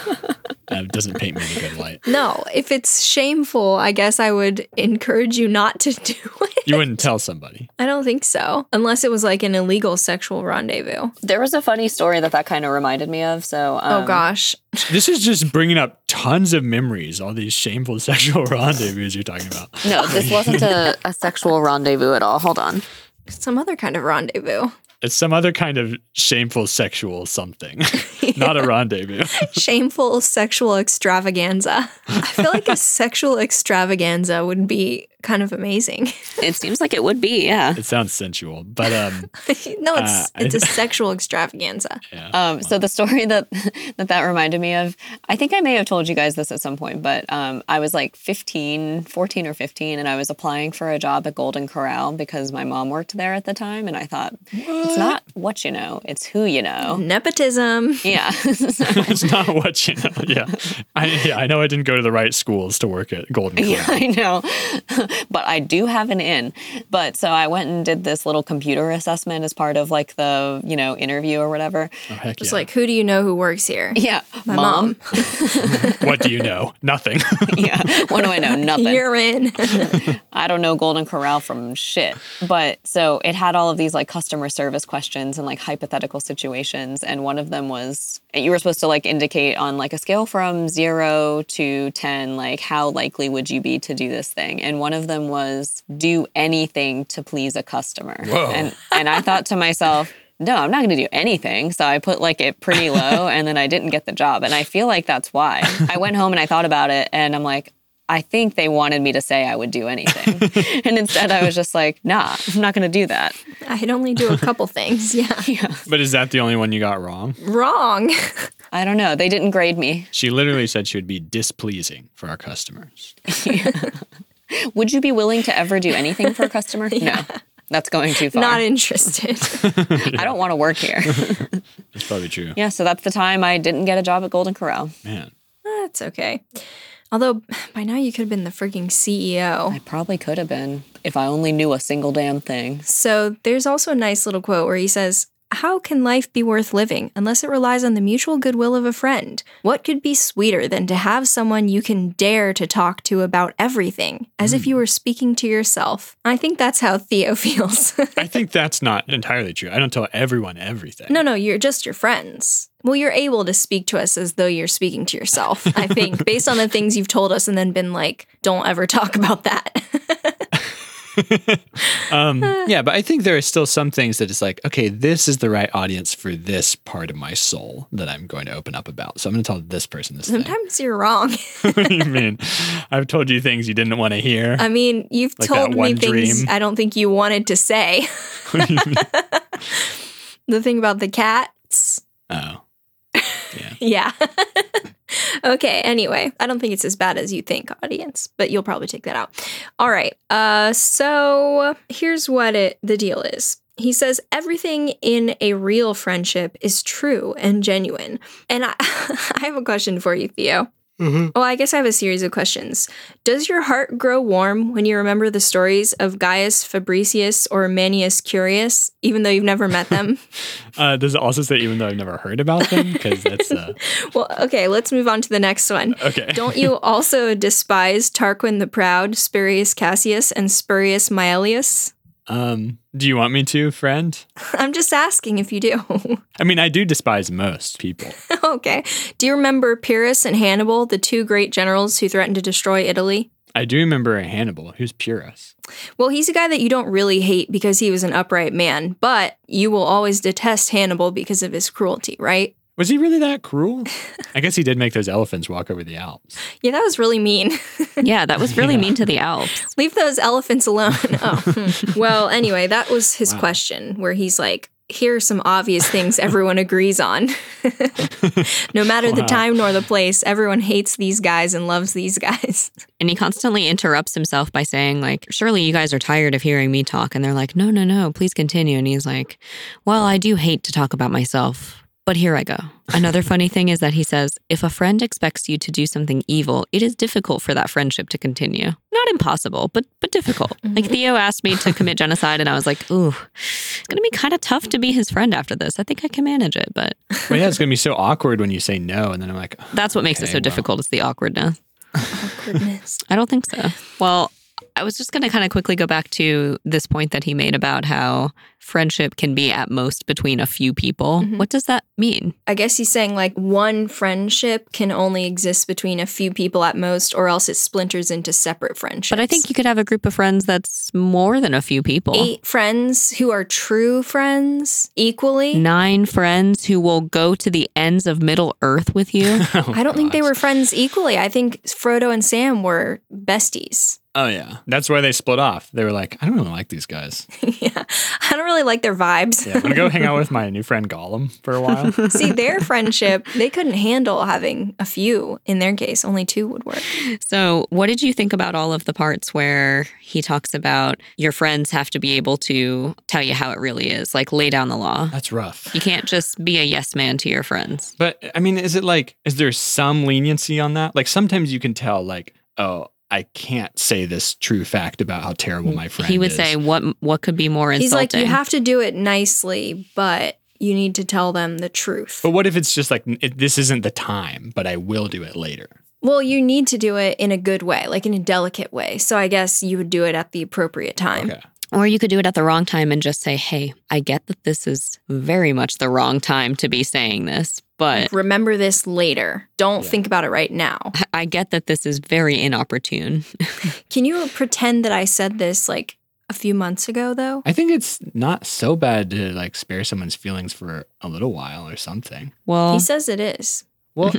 That doesn't paint me in a good light.
(laughs) no. If it's shameful, I guess I would encourage you not to do it.
You wouldn't tell somebody.
I don't think so. Unless it was like an illegal sexual rendezvous.
(laughs) There was a funny story that that kind of reminded me of. So, um,
oh gosh.
This is just bringing up tons of memories. All these shameful (laughs) sexual rendezvous you're talking about.
No, this wasn't a, a sexual rendezvous at all. Hold on.
Some other kind of rendezvous. (laughs)
It's some other kind of shameful sexual something, (laughs) not a
(laughs)
rendezvous.
(laughs) Shameful sexual extravaganza. I feel like a sexual extravaganza would be kind of amazing. (laughs)
It seems like it would be, yeah.
It sounds sensual, but um,
(laughs)
no, it's
Uh, (laughs)
it's a sexual extravaganza.
yeah.
Um, so the story (laughs) that, that that reminded me of, I think I may have told you guys this at some point, but um, I was like 15, 14 or 15, and I was applying for a job at Golden Corral because my mom worked there at the time, and I thought, it's not what you know, it's who you know.
Nepotism.
Yeah. (laughs) So-
it's not what you know. Yeah, I yeah, I know I didn't go to the right schools to work at Golden
Yeah,
Corral.
I know. (laughs) but I do have an in. But so I went and did this little computer assessment as part of like the, you know, interview or whatever.
Oh, heck
Just
yeah.
like who do you know who works here?
Yeah.
My mom.
what do you know? Nothing.
(laughs) yeah. What do I (laughs) know? Nothing.
You're in. (laughs)
I don't know Golden Corral from shit. But so it had all of these like customer service questions and like hypothetical situations. And one of them was you were supposed to like indicate on like a scale from zero to 10, like how likely would you be to do this thing? And one of them was do anything to please a customer. And, and I thought to myself, no, I'm not going to do anything. So I put like it pretty low and then I didn't get the job. And I feel like that's why. I went home and I thought about it and I'm like, I think they wanted me to say I would do anything.
(laughs)
and instead I was just like, nah, I'm not going to do that.
I'd only do a couple things. Yeah.
but is that the only one you got wrong?
Wrong. (laughs)
I don't know. They didn't grade me.
She literally said she would be displeasing for our customers.
Would you be willing to ever do anything for a
(laughs)
customer? No. That's going too far.
Not interested.
I don't want to work
(laughs)
here.
That's probably true.
yeah, so that's the time I didn't get a job at Golden Corral.
Man,
That's okay. Although by now you could have been the freaking E CEO.
I probably could have been if I only knew a single damn thing.
So there's also a nice little quote where he says, How can life be worth living unless it relies on the mutual goodwill of a friend? What could be sweeter than to have someone you can dare to talk to about everything, as if you were speaking to yourself? I think that's how Theo (laughs) feels.
I think that's not entirely true. I don't tell everyone everything.
no, no, you're just your friends. Well, you're able to speak to us as though you're speaking to yourself, I
(laughs)
think, based on the things you've told us and then been like, don't ever talk
(laughs)
about that.
Um, yeah, but I think there are still some things that it's like, okay, this is the right audience for this part of my soul that I'm going to open up about. So I'm going to tell this person this thing.
Sometimes you're wrong.
(laughs) what do you (laughs) mean? I've told you things you didn't want to hear.
I mean, you've
Like that
told me
one
things
dream.
I don't think you wanted
(laughs)
to say. (laughs) the thing about the cats.
oh,
Yeah. (laughs) okay, anyway, I don't think it's as bad as you think, audience, but you'll probably take that out. All right. Uh so here's what it the deal is. He says everything in a real friendship is true and genuine. And I (laughs) I have a question for you, Theo. Well, I guess I have a series of questions. Does your heart grow warm when you remember the stories of Gaius Fabricius or Manius Curius, even though you've never met them? (laughs)
uh, does it also say even though I've never heard about them? Because that's (laughs) uh,
well, okay, let's move on to the next one.
okay.
Don't you also despise Tarquin the Proud, Spurius Cassius, and Spurius Maelius?
Um, do you want me to, friend?
(laughs) I'm just asking if you do. (laughs)
I mean, I do despise most people.
okay. Do you remember Pyrrhus and Hannibal, the two great generals who threatened to destroy Italy?
I do remember a Hannibal who's Pyrrhus.
Well, he's a guy that you don't really hate because he was an upright man, but you will always detest Hannibal because of his cruelty, right?
Was he really that (laughs) cruel? I guess he did make those elephants walk over the Alps.
Yeah, that was really mean. (laughs)
Yeah, that was
(laughs)
really mean to the Alps.
Leave those
(laughs)
elephants alone. Oh. hmm. well, anyway, that was his question where he's like, here are some obvious things everyone agrees on. (laughs) no matter the
Wow.
time nor the place, everyone hates these guys and loves these guys. (laughs)
And he constantly interrupts himself by saying, like, surely you guys are tired of hearing me talk. And they're like, no, no, no, please continue. And he's like, well, I do hate to talk about myself, but here I go. Another funny thing is that he says, if a friend expects you to do something evil, it is difficult for that friendship to continue. Not impossible, but but difficult. Like Theo asked me to commit genocide, and I was like, ooh, it's gonna be kind of tough to be his friend after this. I think I can manage it, but
But yeah, it's going to be so awkward when you say no. And then I'm like,
that's what makes it
Okay,
so
well.
difficult. It's the awkwardness.
Goodness.
I don't think so. Well, I was just going to kind of quickly go back to this point that he made about how friendship can be at most between a few people.
Mhm.
What does that mean?
I guess he's saying like one friendship can only exist between a few people at most, or else it splinters into separate friendships.
But I think you could have a group of friends that's more than a few people.
eight friends who are true friends equally.
Nine friends who will go to the ends of Middle Earth (laughs) with you.
oh,
I don't think they
gosh.
were friends equally. I think Frodo and Sam were besties.
Oh yeah, that's why they split off. They were like, I don't really like these guys.
(laughs) yeah. I don't really like their vibes.
Yeah, I'm gonna go hang out with my new friend Gollum for a (laughs) while.
(laughs) See, their friendship, they couldn't handle having a few. In their case, only two would work.
So, what did you think about all of the parts where he talks about your friends have to be able to tell you how it really is, like lay down the law?
That's rough.
You can't just be a yes man to your friends.
But I mean, is it like, is there some leniency on that? Like sometimes you can tell, like, oh, I can't say this true fact about how terrible my friend.
He would
is.
say, "What what could be more
He's like,
insulting?"
you have to do it nicely, but you need to tell them the truth.
But what if it's just like it, this isn't the time, but I will do it later.
Well, you need to do it in a good way, like in a delicate way. So I guess you would do it at the appropriate time.
Okay.
Or you could do it at the wrong time and just say, hey, I get that this is very much the wrong time to be saying this, but
Remember this later. Don't
Yeah.
think about it right now.
I get that this is very inopportune.
Can you pretend that I said this like a few months ago, though?
I think it's not so bad to like spare someone's feelings for a little while or something.
Well,
He
(laughs)
says it is. (laughs)
Well,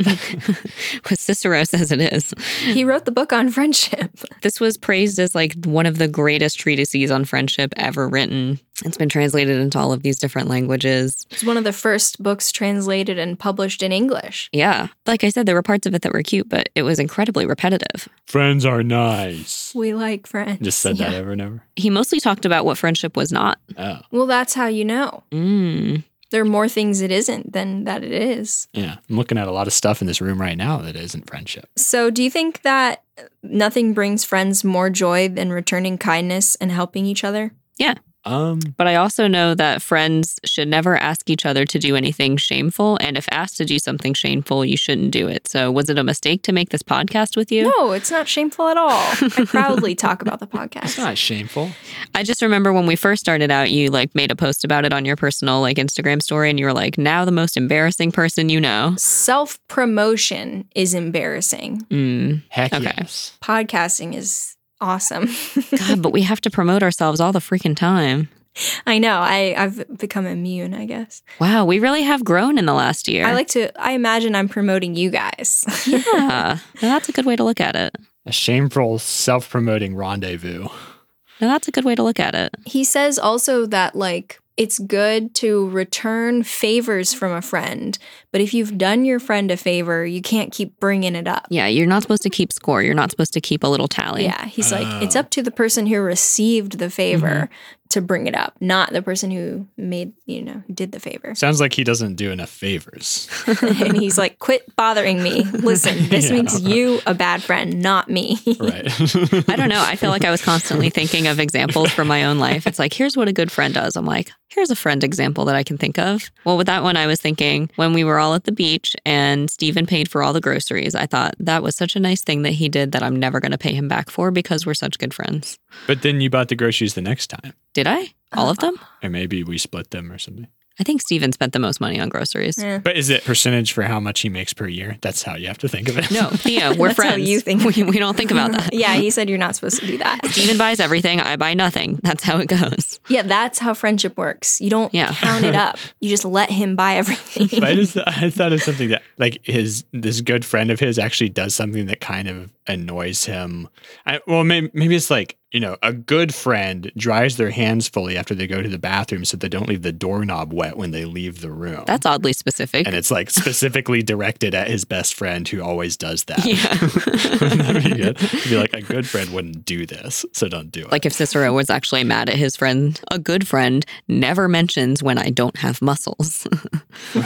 Cicero says it is.
He wrote the book on friendship.
This was praised as like one of the greatest treatises on friendship ever written. It's been translated into all of these different languages.
It's one of the first books translated and published in English.
Yeah. Like I said, there were parts of it that were cute, but it was incredibly repetitive.
friends are nice.
We like friends.
Just said
Yeah.
that over and over.
He mostly talked about what friendship was not.
Oh,
Well, that's how you know.
Mm.
There are more things it isn't than that it is.
yeah. I'm looking at a lot of stuff in this room right now that isn't friendship.
So, do you think that nothing brings friends more joy than returning kindness and helping each other?
Um,
But I also know that friends should never ask each other to do anything shameful. And if asked to do something shameful, you shouldn't do it. So, was it a mistake to make this podcast with you?
No, it's not shameful at all. (laughs) I proudly talk about the
it's
podcast.
not shameful.
I just remember when we first started out, you like made a post about it on your personal like Instagram story, and you were like, now the most embarrassing person you know.
Self promotion is embarrassing.
Mm.
Heck
Okay.
yes.
Podcasting is awesome. (laughs)
God, but we have to promote ourselves all the freaking time.
I know. I, I've become immune, I guess.
Wow, we really have grown in the last year.
I like to, I imagine I'm promoting you (laughs) guys.
(laughs) yeah, Now, that's a good way to look at it.
A shameful self-promoting rendezvous.
Now, that's a good way to look at it.
He says also that, like, it's good to return favors from a friend, but if you've done your friend a favor, you can't keep bringing it up.
Yeah, you're not supposed to keep score. You're not supposed to keep a little tally.
Yeah, he's like, it's
Oh.
up to the person who received the favor
Mm-hmm.
to bring it up, not the person who made, you know, who did
(laughs)
the favor.
Sounds like he doesn't do enough
(laughs)
favors.
and he's like, quit bothering me. Listen,
(laughs)
this
Yeah.
makes you a bad friend, not me.
Right.
I don't know. I feel like I was constantly thinking of examples from my own life. It's like, here's what a good friend does. I'm like, here's a friend example that I can think of. Well, with that one, I was thinking when we were all at the beach and Steven paid for all the groceries, I thought that was such a nice thing that he did that I'm never going to pay him back for because we're such good friends.
But then you bought the groceries the next time.
Did I? All of them?
Or maybe we split them or something.
I think Steven spent the most money on groceries.
Yeah.
But is it percentage for how much he makes per year? That's how you have to think of it.
No, Thea, we're
That's how
friends.
you think.
We, we don't think about that.
(laughs) (laughs) yeah, he said you're not supposed to do that.
(laughs)
Steven buys everything, I buy nothing. That's how it goes.
Yeah, that's how friendship works. You don't
Yeah.
(laughs)
count it up. You just let him buy everything.
But I
(laughs)
just I thought of something that like his this good friend of his actually does something that kind of annoys him. I, well, maybe, maybe it's like you know a good friend dries their hands fully after they go to the bathroom so they don't leave the doorknob wet when they leave the room.
That's oddly specific.
and it's like specifically directed at his best friend who always does that. (laughs) That'd be
yeah.
good. It'd be like a good friend wouldn't do this, so don't do it.
Like if Cicero was actually mad at his friend, a good friend never mentions when I don't have muscles. (laughs)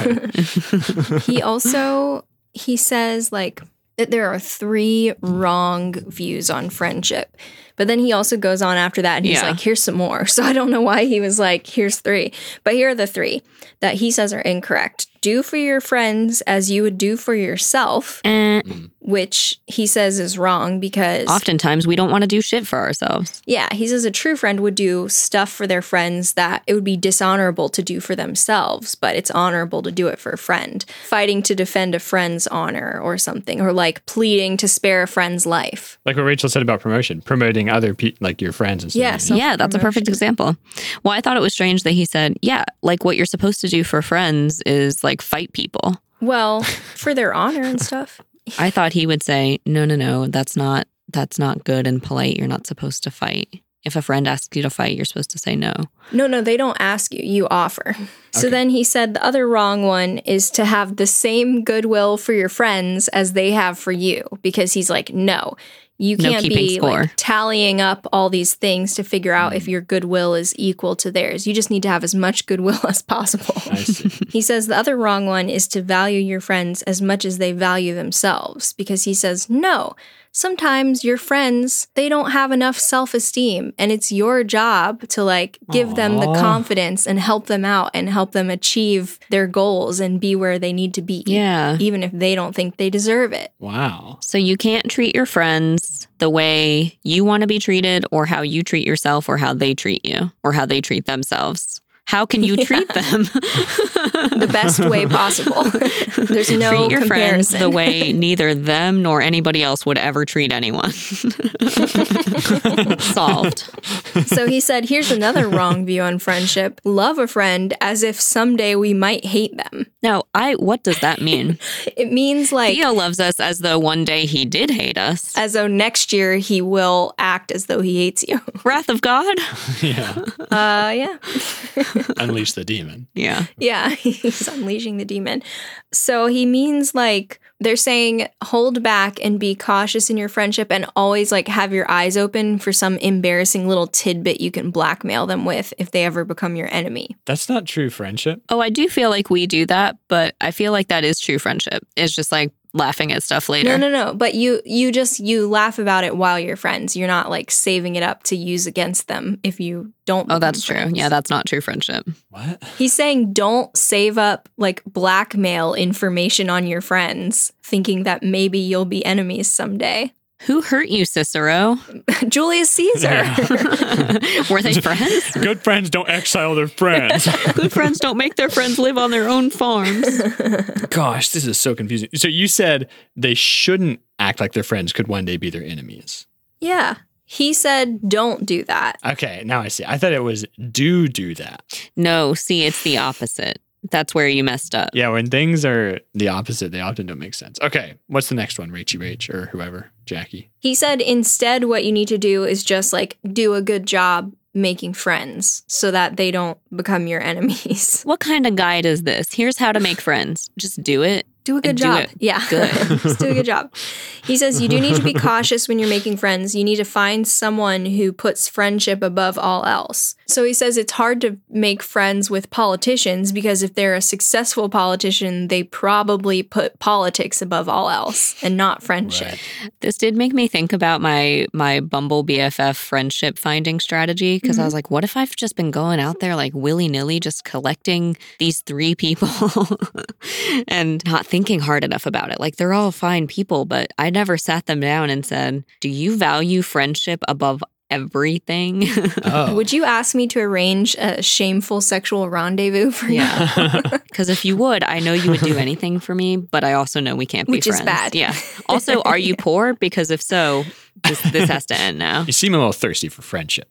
he also he says like that there are three wrong views on friendship. But then he also goes on after that and he's
Yeah.
like, here's some more. (laughs) So I don't know why he was like, here's three. But here are the three that he says are incorrect. Do for your friends as you would do for yourself,
Eh,
which he says is wrong because
Oftentimes we don't want to do shit for ourselves.
Yeah, he says a true friend would do stuff for their friends that it would be dishonorable to do for themselves, but it's honorable to do it for a friend. Fighting to defend a friend's honor or something, or like pleading to spare a friend's life.
like what Rachel said about promotion, promoting other people, like your friends and stuff.
Yeah, so-
yeah, that's a perfect
Self-promotion.
example. Well, I thought it was strange that he said, yeah, like what you're supposed to do for friends is like fight people.
Well, for their honor and stuff.
I thought he would say, no, no, no, that's not that's not good and polite. You're not supposed to fight. If a friend asks you to fight, you're supposed to say no.
No, no, they don't ask you. You offer. So
Okay.
then he said the other wrong one is to have the same goodwill for your friends as they have for you because he's like, no, you
No
can't
keeping
be
score.
like, tallying up all these things to figure out
Hmm.
if your goodwill is equal to theirs. You just need to have as much goodwill (laughs) as possible.
I see.
He says the other wrong one is to value your friends as much as they value themselves because he says, no, sometimes your friends, they don't have enough self esteem. And it's your job to like give them the
Aw.
confidence and help them out and help them achieve their goals and be where they need to be.
Yeah.
Even if they don't think they deserve it.
wow. (laughs)
So you can't treat your friends the way you want to be treated or how you treat yourself or how they treat you or how they treat themselves. How can you
(laughs) Yeah.
treat them? (laughs)
The best way possible. (laughs) There's no
treat your friends
comparison. (laughs)
the way neither them nor anybody else would ever treat anyone. Solved.
so he said, here's another wrong view on friendship. Love a friend as if someday we might hate them.
Now, I what does that mean?
It means (laughs) like Uh,
Theo loves us as though one day he did hate us.
as though next year he will act as though he hates
(laughs)
you.
Wrath of God?
Yeah.
Uh, yeah.
Unleash the demon.
Yeah.
Yeah. (laughs) He's unleashing the demon. So he means like they're saying hold back and be cautious in your friendship and always like have your eyes open for some embarrassing little tidbit you can blackmail them with if they ever become your enemy.
That's not true friendship.
Oh, I do feel like we do that, but I feel like that is true friendship. It's just like laughing at stuff later.
No, no, no. But you you just you laugh about it while you're friends. You're not like saving it up to use against them if you don't
Oh,
become
that's true.
friends.
Yeah, that's not true friendship.
What?
He's saying don't save up like blackmail information on your friends, thinking that maybe you'll be enemies someday. (laughs)
Who hurt you, Cicero?
Julius
(laughs)
Caesar.
Were they friends?
Good friends don't exile their friends.
Good friends don't make their friends live on their own farms.
Gosh, this is so confusing. So you said they shouldn't act like their friends could one day be their enemies.
(laughs) yeah. He said don't do that.
Okay, now I see. I thought it was do do that.
(laughs) No, see, it's the opposite. That's where you messed up.
Yeah, when things are the opposite, they often don't make sense. Okay, what's the next one? Rachy Rach or whoever? Jackie.
He said instead what you need to do is just like do a good job making friends so that they don't become your (laughs) enemies.
What kind of guide is this? Here's how to make friends. Just do it.
Do a good
And do
job.
it
Yeah.
good.
(laughs) Just do a good job. He says you do need
(laughs)
to be cautious when you're making friends. You need to find someone who puts friendship above all else. So he says it's hard to make friends with politicians because if they're a successful politician, they probably put politics above all else and not friendship.
Right.
This did make me think about my my Bumble BFF friendship finding strategy
Mm-hmm.
because I was like, what if I've just been going out there like willy nilly, just collecting these three people (laughs) and not thinking hard enough about it? Like they're all fine people, but I never sat them down and said, "Do you value friendship above everything?" (laughs)
Oh.
(laughs) Would you ask me to arrange a shameful sexual rendezvous for you?
yeah, because if you would, I know you would
(laughs)
do anything for me, but I also know we can't be
Which is
friends.
bad. (laughs)
Yeah. Also, are you poor? Because if so, this, this has to end now.
you seem a little thirsty for friendship.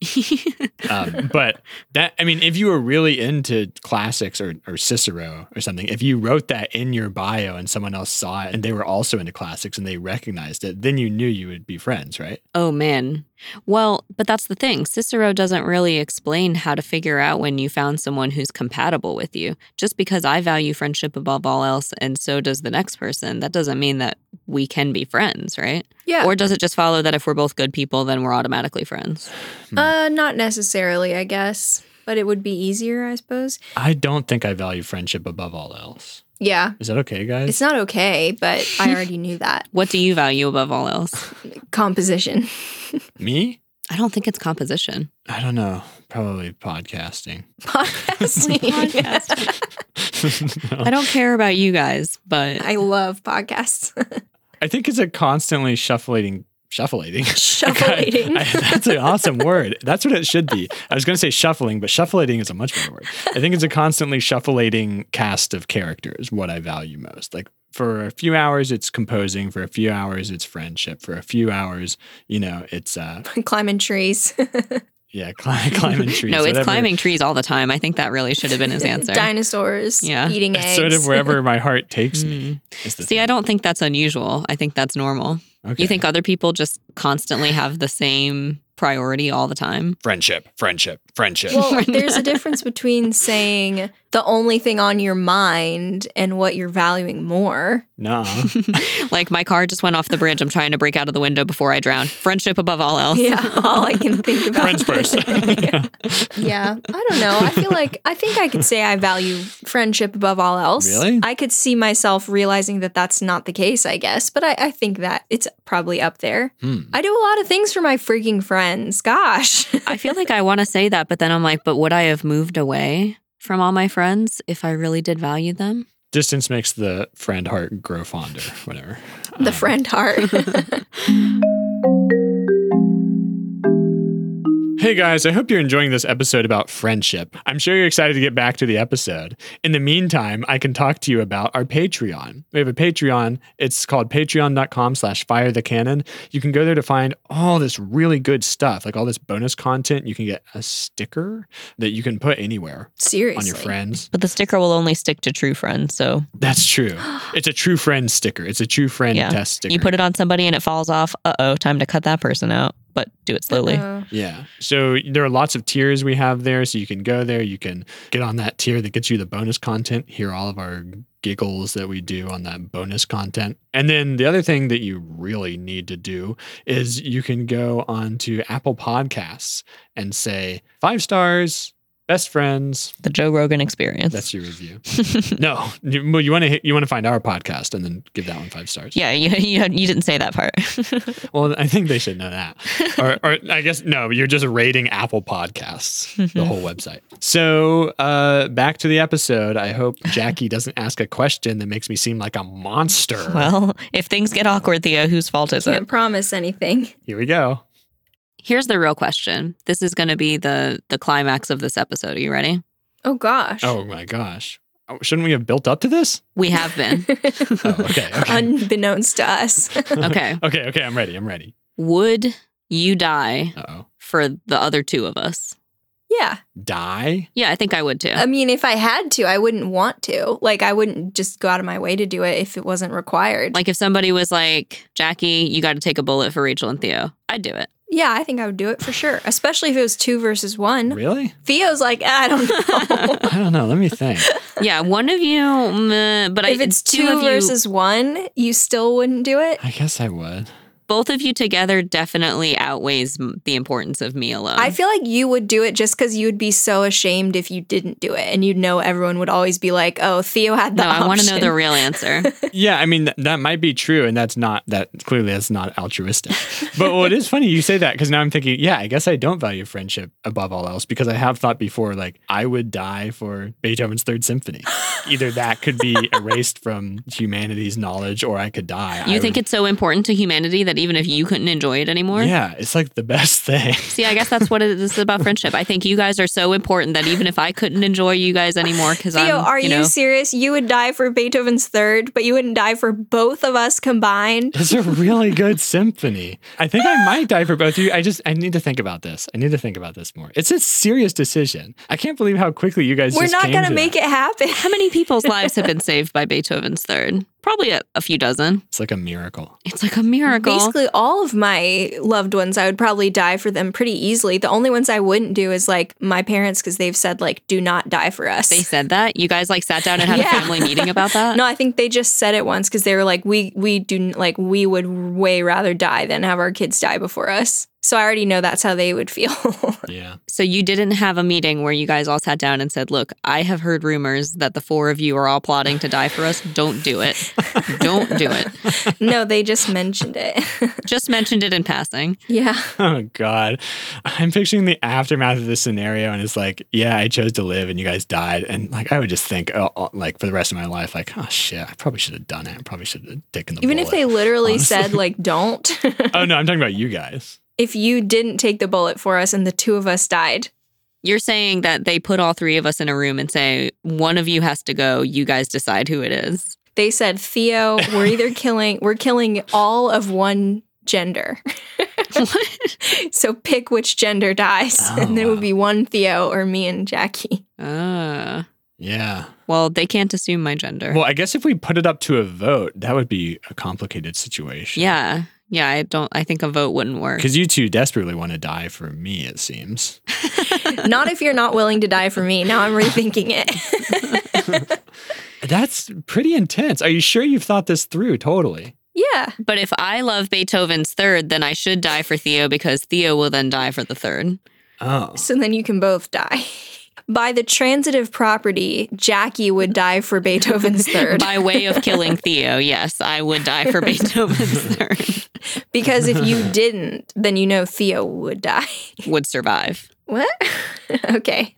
um, but that, I mean, if you were really into classics or, or Cicero or something, if you wrote that in your bio and someone else saw it and they were also into classics and they recognized it, then you knew you would be friends, right?
Oh man. Well, but that's the thing. Cicero doesn't really explain how to figure out when you found someone who's compatible with you. Just because I value friendship above all else and so does the next person, that doesn't mean that we can be friends, right?
(laughs) Yeah.
Or does it just follow that if we're both good people, then we're automatically friends?
uh, not necessarily, I guess, but it would be easier, I suppose.
I don't think I value friendship above all else.
Yeah.
Is that okay, guys?
It's not okay, but I already knew that.
What do you value above all else?
Composition. (laughs)
Me?
I don't think
(laughs)
it's composition.
I don't know. Probably podcasting. (laughs)
podcasting.
I don't care about you guys, but
I
(laughs)
love podcasts.
I think it's a constantly shuffling, shuffling. (laughs)
Shuffling.
I- I- that's an awesome word. That's what it should be. I was going to say shuffling, but shuffling is a much better word. I think it's a constantly shuffling cast of characters, what I value most. Like for a few hours, it's composing. For a few hours, it's friendship. For a few hours, you know, it's, uh,
(laughs) Climbing trees.
yeah, cli- (laughs) (laughs) climbing trees.
no, it's
whatever. (laughs)
climbing trees all the time. I think that really should have been
(laughs)
his answer.
Dinosaurs.
Yeah.
Eating
It's
(laughs)
eggs.
Sort of wherever my heart takes me.
Mm.
is the
See, I don't think that's unusual. I think that's normal.
Okay.
You think other people just constantly have the same priority all the time? (laughs)
friendship, friendship, friendship.
Well, there's a difference between saying the only thing on your mind and what you're valuing
(laughs)
more.
no.
like my car just went off the bridge. I'm trying to break out of the window before I drown. Friendship above all else.
Yeah, all I can think about.
Friends first.
(laughs) yeah. Yeah, I don't know. I feel like I think I could say I value friendship above all else.
Really?
I could see myself realizing that that's not the case, I guess. But I, I think that it's probably up there.
Hmm.
I do a lot of things for my freaking friends. Gosh.
(laughs)
(laughs)
I feel like I want to say that, but then I'm like, but would I have moved away from all my friends if I really did value them?
Distance makes the friend heart grow fonder, whatever.
the
Um,
friend
(laughs)
heart.
Hey guys, I hope you're enjoying this episode about friendship. I'm sure you're excited to get back to the episode. In the meantime, I can talk to you about our Patreon. We have a Patreon. It's called patreon.com slash fire the cannon. You can go there to find all this really good stuff, like all this bonus content. You can get a sticker that you can put anywhere
Seriously.
on your
(gasps)
friends.
But the sticker will only stick to true friends. So
That's true. It's a true friend sticker. It's a true friend
Yeah.
test sticker.
you put it on somebody and it falls off. Uh oh, time to cut that person out, but do it slowly.
Uh,
Yeah. So there are lots of tiers we have there. So you can go there. You can get on that tier that gets you the bonus content, hear all of our giggles that we do on that bonus content. And then the other thing that you really need to do is you can go on to Apple Podcasts and say five stars, best friends.
The Joe Rogan experience.
That's your review. no, you, well, you want to you want to find our podcast and then give that one five stars.
yeah, (laughs) you, you, you didn't say that part. (laughs)
Well, I think they should know that. (laughs) or, or I guess no, you're just rating Apple Podcasts, the whole website. So uh, back to the episode. I hope Jackie doesn't ask a question that makes me seem like a monster.
well, if things get awkward, Theo, whose fault is it?
can't promise anything.
Here we go.
Here's the real question. This is going to be the the climax of this episode. Are you ready?
Oh gosh. (laughs)
Oh my gosh. Oh, Shouldn't we have built up to this?
We have (laughs) been.
Oh, okay.
(laughs)
Okay.
Unbeknownst to us. (laughs)
okay.
okay. Okay. I'm ready. I'm ready.
Would you die
Uh oh.
for the other two of us?
yeah.
Die?
Yeah, I think I would too.
I mean, if I had to, I wouldn't want to. Like, I wouldn't just go out of my way to do it if it wasn't required.
like if somebody was like, Jackie, you got to take a bullet for Rachel and Theo, I'd do it.
yeah, I think I would do it for sure, especially if it was two versus one.
Really?
Theo's like, "Ah, I
(laughs)
don't know.
I don't know. Let me think.
Yeah, one of you, meh, but I,
if it's two,
of you-
versus one, you still wouldn't do it.
I guess I would.
both of you together definitely outweighs m- the importance of me alone.
I feel like you would do it just because you would be so ashamed if you didn't do it, and you'd know everyone would always be like, "Oh, Theo had the."
no, I want to know
option."
the real (laughs) answer.
Yeah, I mean th- that might be true, and that's not that clearly that's not altruistic. but well, it is funny you say that because now I'm thinking, yeah, I guess I don't value friendship above all else because I have thought before like I would die for Beethoven's Third Symphony. Either that could be erased from humanity's knowledge, or I could die.
you
I
think
would-
it's so important to humanity that even if you couldn't enjoy it anymore?
Yeah, it's like the best thing.
See, I guess that's what it is about friendship. I think you guys are so important that even if I couldn't enjoy you guys anymore, because I'm,
Theo, are
you
you,
know,
serious? You would die for Beethoven's third, but you wouldn't die for both of us combined.
It's a really good symphony. I think I might die for both of you. I just I need to think about this. I need to think about this more. It's a serious decision. I can't believe how quickly you guys.
We're
just
not
came
gonna
to that.
make it happen.
how many people's lives have been saved by Beethoven's third? Probably a, a few dozen.
It's like a miracle.
It's like a miracle.
Basically, all of my loved ones, I would probably die for them pretty easily. The only ones I wouldn't do is like my parents because they've said like, "Do not die for us."
they said that you guys like sat down and had
Yeah.
a family meeting about that.
(laughs) No, I think they just said it once because they were like, we we do n- like we would way rather die than have our kids die before us. So I already know that's how they would feel. (laughs)
Yeah.
So you didn't have a meeting where you guys all sat down and said, "Look, I have heard rumors that the four of you are all plotting to die for us. Don't do it. Don't do it."
no, they just mentioned it. (laughs)
Just mentioned it in passing.
yeah,
(laughs) Oh God. I'm picturing the aftermath of this scenario and it's like, yeah, I chose to live and you guys died. And like I would just think oh, oh, like for the rest of my life, like, oh shit, I probably should have done it. I probably should have taken the
even if they
bullet.
literally
honestly.
said like, don't. (laughs)
(laughs) Oh no, I'm talking about you guys.
if you didn't take the bullet for us and the two of us died,
You're saying that they put all three of us in a room and say, "One of you has to go. You guys decide who it
(laughs)
is."
they said, Theo, we're
(laughs)
either killing, we're killing all of one gender. (laughs) so pick which gender dies,
Oh,
and there
wow.
would be one Theo or me and Jackie.
Ah.
Yeah.
Well, they can't assume my gender.
Well, I guess if we put it up to a vote, that would be a complicated situation.
yeah. Yeah, I don't. I think a vote wouldn't work.
Because you two desperately want to die for me, it seems.
Not if you're not willing to die for me. Now I'm rethinking (laughs) it.
That's pretty intense. Are you sure you've thought this through totally?
yeah.
But if I love Beethoven's third, then I should die for Theo because Theo will then die for the third.
(laughs)
Oh.
So then you can both die. (laughs) By the transitive property, Jackie would die for Beethoven's third.
By way of
(laughs)
killing Theo, yes, I would die for Beethoven's third.
Because if you didn't, then you know Theo would die. (laughs)
Would survive.
What? okay.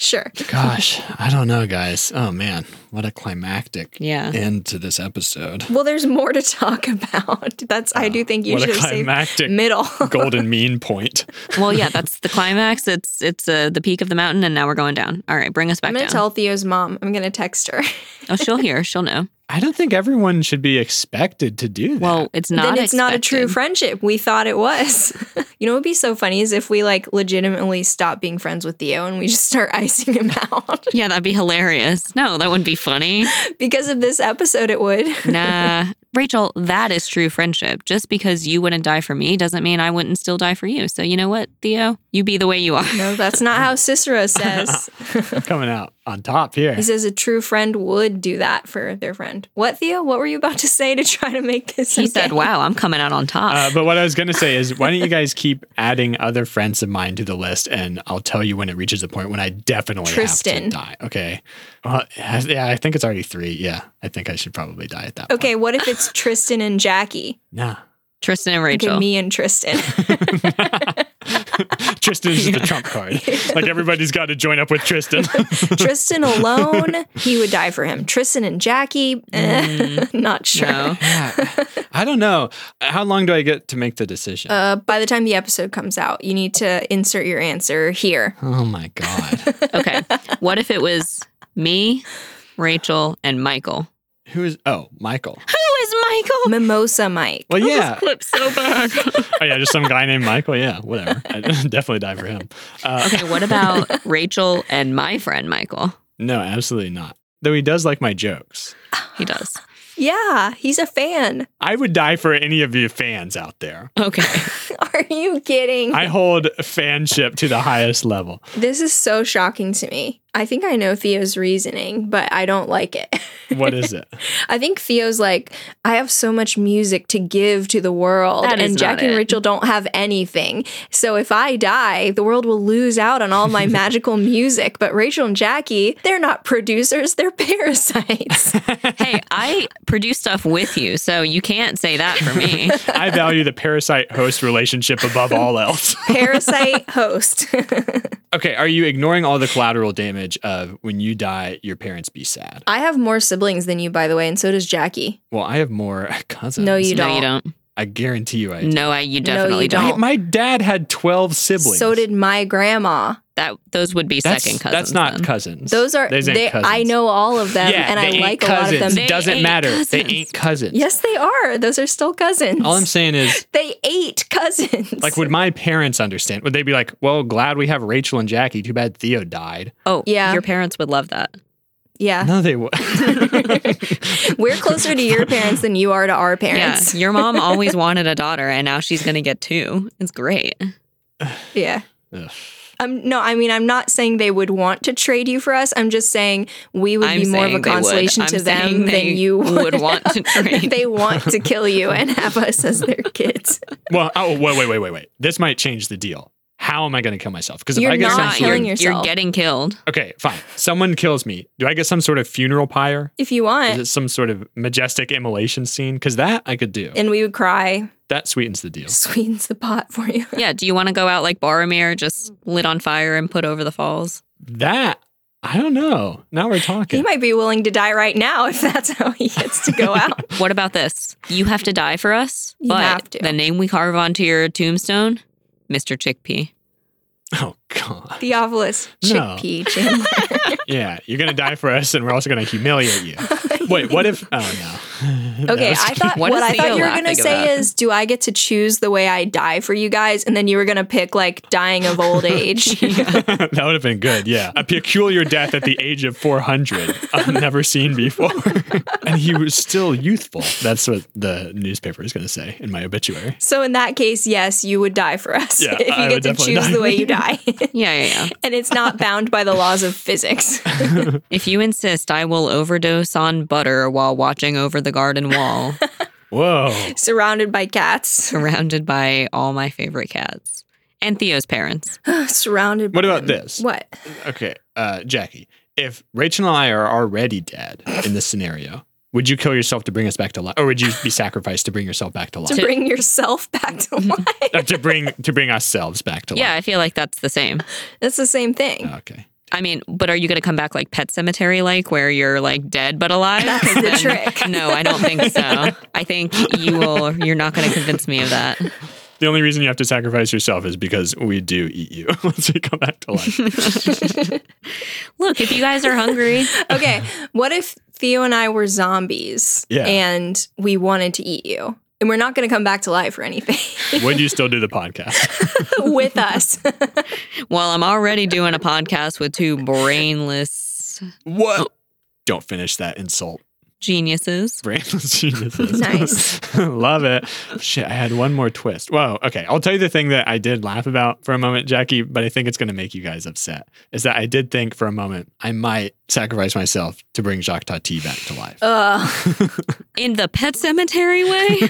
Sure.
Gosh, I don't know, guys. Oh, man. What a climactic
(laughs)
Yeah.
end to this episode.
Well, there's more to talk (laughs) about. That's I do think you
what
should
a
have saved
climactic
(laughs) middle.
golden mean point.
Well, yeah, that's the climax. It's it's uh, the peak of the mountain, and now we're going down. All right, bring us back
I'm gonna
down.
tell Theo's mom. I'm gonna text her. (laughs)
oh, she'll hear. She'll know.
I don't think everyone should be expected to do that.
Well, it's not.
then it's not a true
expected.
friendship. We thought it was. (laughs) you know what would be so funny is if we like legitimately stop being friends with Theo and we just start (laughs) icing him out. (laughs)
Yeah, that'd be hilarious. No, that wouldn't be funny.
because of this episode it would.
Nah. Rachel, that is true friendship. Just because you wouldn't die for me doesn't mean I wouldn't still die for you. So, you know what, Theo? You be the way you are. (laughs)
No, that's not how Cicero says.
I'm (laughs) coming out on top here.
He says a true friend would do that for their friend. What, Theo? What were you about to say to try to make this?
He
okay?
said, wow, I'm coming out on top.
Uh, but what I was going to say is, why don't you guys keep adding other friends of mine to the list, and I'll tell you when it reaches a point when I definitely have
Tristan.
to die. Okay. Well, yeah, I think it's already three. Yeah, I think I should probably die at that.
Okay, what if it's Tristan and Jackie?
Point. Nah.
Tristan and
Okay,
Rachel.
me and
(laughs)
Tristan.
Tristan's
(laughs)
just the trump card. Like everybody's got to join up with Tristan. (laughs)
Tristan alone, he would die for him. Tristan and Jackie, eh, (laughs) not sure.
Mm. No.
yeah. I don't know. How long do I get to make the decision?
Uh, by the time the episode comes out, you need to insert your answer here.
oh my (laughs) god.
Okay. What if it was me, Rachel, and Michael?
Who is? Oh, (laughs) Michael.
Who is Michael?
Mimosa Mike.
Well, yeah.
Flip so back.
(laughs) Oh yeah, just some guy named Michael. Yeah, whatever. I (laughs) definitely die for him. Uh,
okay, (laughs) what about Rachel and my friend Michael?
No, absolutely not. Though he does like my jokes.
He does.
Yeah, he's a fan. (laughs)
I would die for any of you fans out there.
Okay.
Are you kidding?
I hold fanship to the highest level.
This is so shocking to me. I think I know Theo's reasoning, but I don't like it. (laughs)
What is it?
I think Theo's like, I have so much music to give to the world,
That is
and Jackie
not
and
it.
Rachel don't have anything. So if I die, the world will lose out on
(laughs)
all my magical music. But Rachel and Jackie, they're not producers,
(laughs)
they're parasites.
hey, I produce stuff with you, so you can't say that for me.
I value the parasite host relationship above all else. (laughs)
Parasite host. (laughs)
Okay, are you ignoring all the collateral damage of when you die, your parents be sad?
I have more siblings than you, by the way, and so does Jackie.
Well, I have more (laughs) cousins.
No, (laughs) you
No, you don't.
I guarantee you I do.
No, I, you definitely
you
don't.
don't.
My, my dad had 12 siblings.
So did my grandma.
That those would be
that's,
second cousins.
That's not
then.
cousins.
Those are
Those ain't
they,
cousins.
I know all of them,
Yeah,
and
they
I
ain't
like
cousins.
a lot of them.
They
Doesn't
ain't
matter. They
cousins.
ain't cousins.
Yes, they are. Those are still cousins.
All I'm saying is
they ate cousins.
Like, would my parents understand? Would they be like, well, glad we have Rachel and Jackie. Too bad Theo died.
Oh,
Yeah.
Your parents would love that.
yeah,
No, they
(laughs)
would.
we're closer to your parents than you are to our parents.
Yeah, (laughs) your mom
(laughs)
always wanted a daughter, and now she's gonna get two. It's great.
Yeah. Um, no, I mean, I'm not saying they would want to trade you for us. I'm just saying we would
I'm
be more of a
saying they would.
consolation
I'm
to them
saying
than
they
you would,
would want to trade.
(laughs) they want to kill you and have us as their kids.
well, oh, wait, wait, wait, wait, wait. This might change the deal. How am I going to kill myself? Because if
You're
I get
not
some
Not, you're,
killing
sort
your-
of,
yourself.
you're getting killed.
okay, fine. Someone kills me. Do I get some sort of funeral pyre?
If you
Is
want,
it some sort of majestic immolation scene? Because that I could do.
and we would cry,
that sweetens the deal.
sweetens the pot for you.
Yeah. Do you want to go out like Boromir, just lit on fire and put over the falls?
That I don't know. Now we're
He
talking.
might be willing to die right now if that's how he gets to go out.
What about this? You have to die for us,
You
but
have to.
the name we carve onto your tombstone, Mr. Chickpea.
oh God.
Theophilus
No.
chickpea Chandler.
Yeah, you're gonna die for us, and we're also gonna humiliate you. Wait, what if? Oh no. (laughs)
Okay,
was
I
cute.
thought
What
what,
is
I
Theo
thought you were gonna
laughing
say
about?
is, do I get to choose the way I die for you guys, and then you were gonna pick like dying
(laughs)
of old age.
that would have been good. Yeah. A peculiar death at the age of 400. I've never seen before. (laughs) and he was still youthful. That's what the newspaper is going to say in my obituary.
so in that case, yes, you would die for us
Yeah,
(laughs) if you
I would
get to
definitely
choose
die.
the way
(laughs)
you die, (laughs)
Yeah, yeah, yeah.
and it's not bound by the laws
(laughs)
of physics. (laughs)
If you insist, I will overdose on butter while watching over the garden (laughs) wall,
Whoa.
Surrounded by cats,
surrounded by all my favorite cats and Theo's parents.
surrounded.
What
by
about
them.
this? (laughs)
What?
Okay. Uh, Jackie, if Rachel and I are already dead in this scenario, would you kill yourself to bring us back to life? Or would you be sacrificed to bring yourself back to life?
To bring yourself
(laughs)
back to life.
Uh, to bring to bring ourselves back to
Yeah,
life.
I feel like that's the same.
That's the same thing.
Okay.
I mean, but are you going to come back like Pet Cemetery, like where you're like dead but alive?
That's
'Cause
the
then-
trick.
(laughs) No, I don't think (laughs) so. I think you will. You're not going to convince me of that.
The only reason you have to sacrifice yourself is because we do eat you (laughs) once we come back to life.
(laughs) Look, if you guys are hungry,
(laughs)
Okay, what if Theo and I were zombies
Yeah.
and we wanted to eat you? And we're not going to come back to life or anything (laughs)
would you still do the podcast?
with us.
well, I'm already doing a podcast with two brainless
What? Don't finish that insult.
geniuses.
(laughs) Brainless geniuses. (laughs)
Nice.
Love it. Shit, I had one more twist. Whoa. Okay. I'll tell you the thing that I did laugh about for a moment, Jackie, but I think it's going to make you guys upset. Is that I did think for a moment I might sacrifice myself to bring Jacques Tati back to life.
Oh.
Ugh.
In the Pet Cemetery way?
(laughs)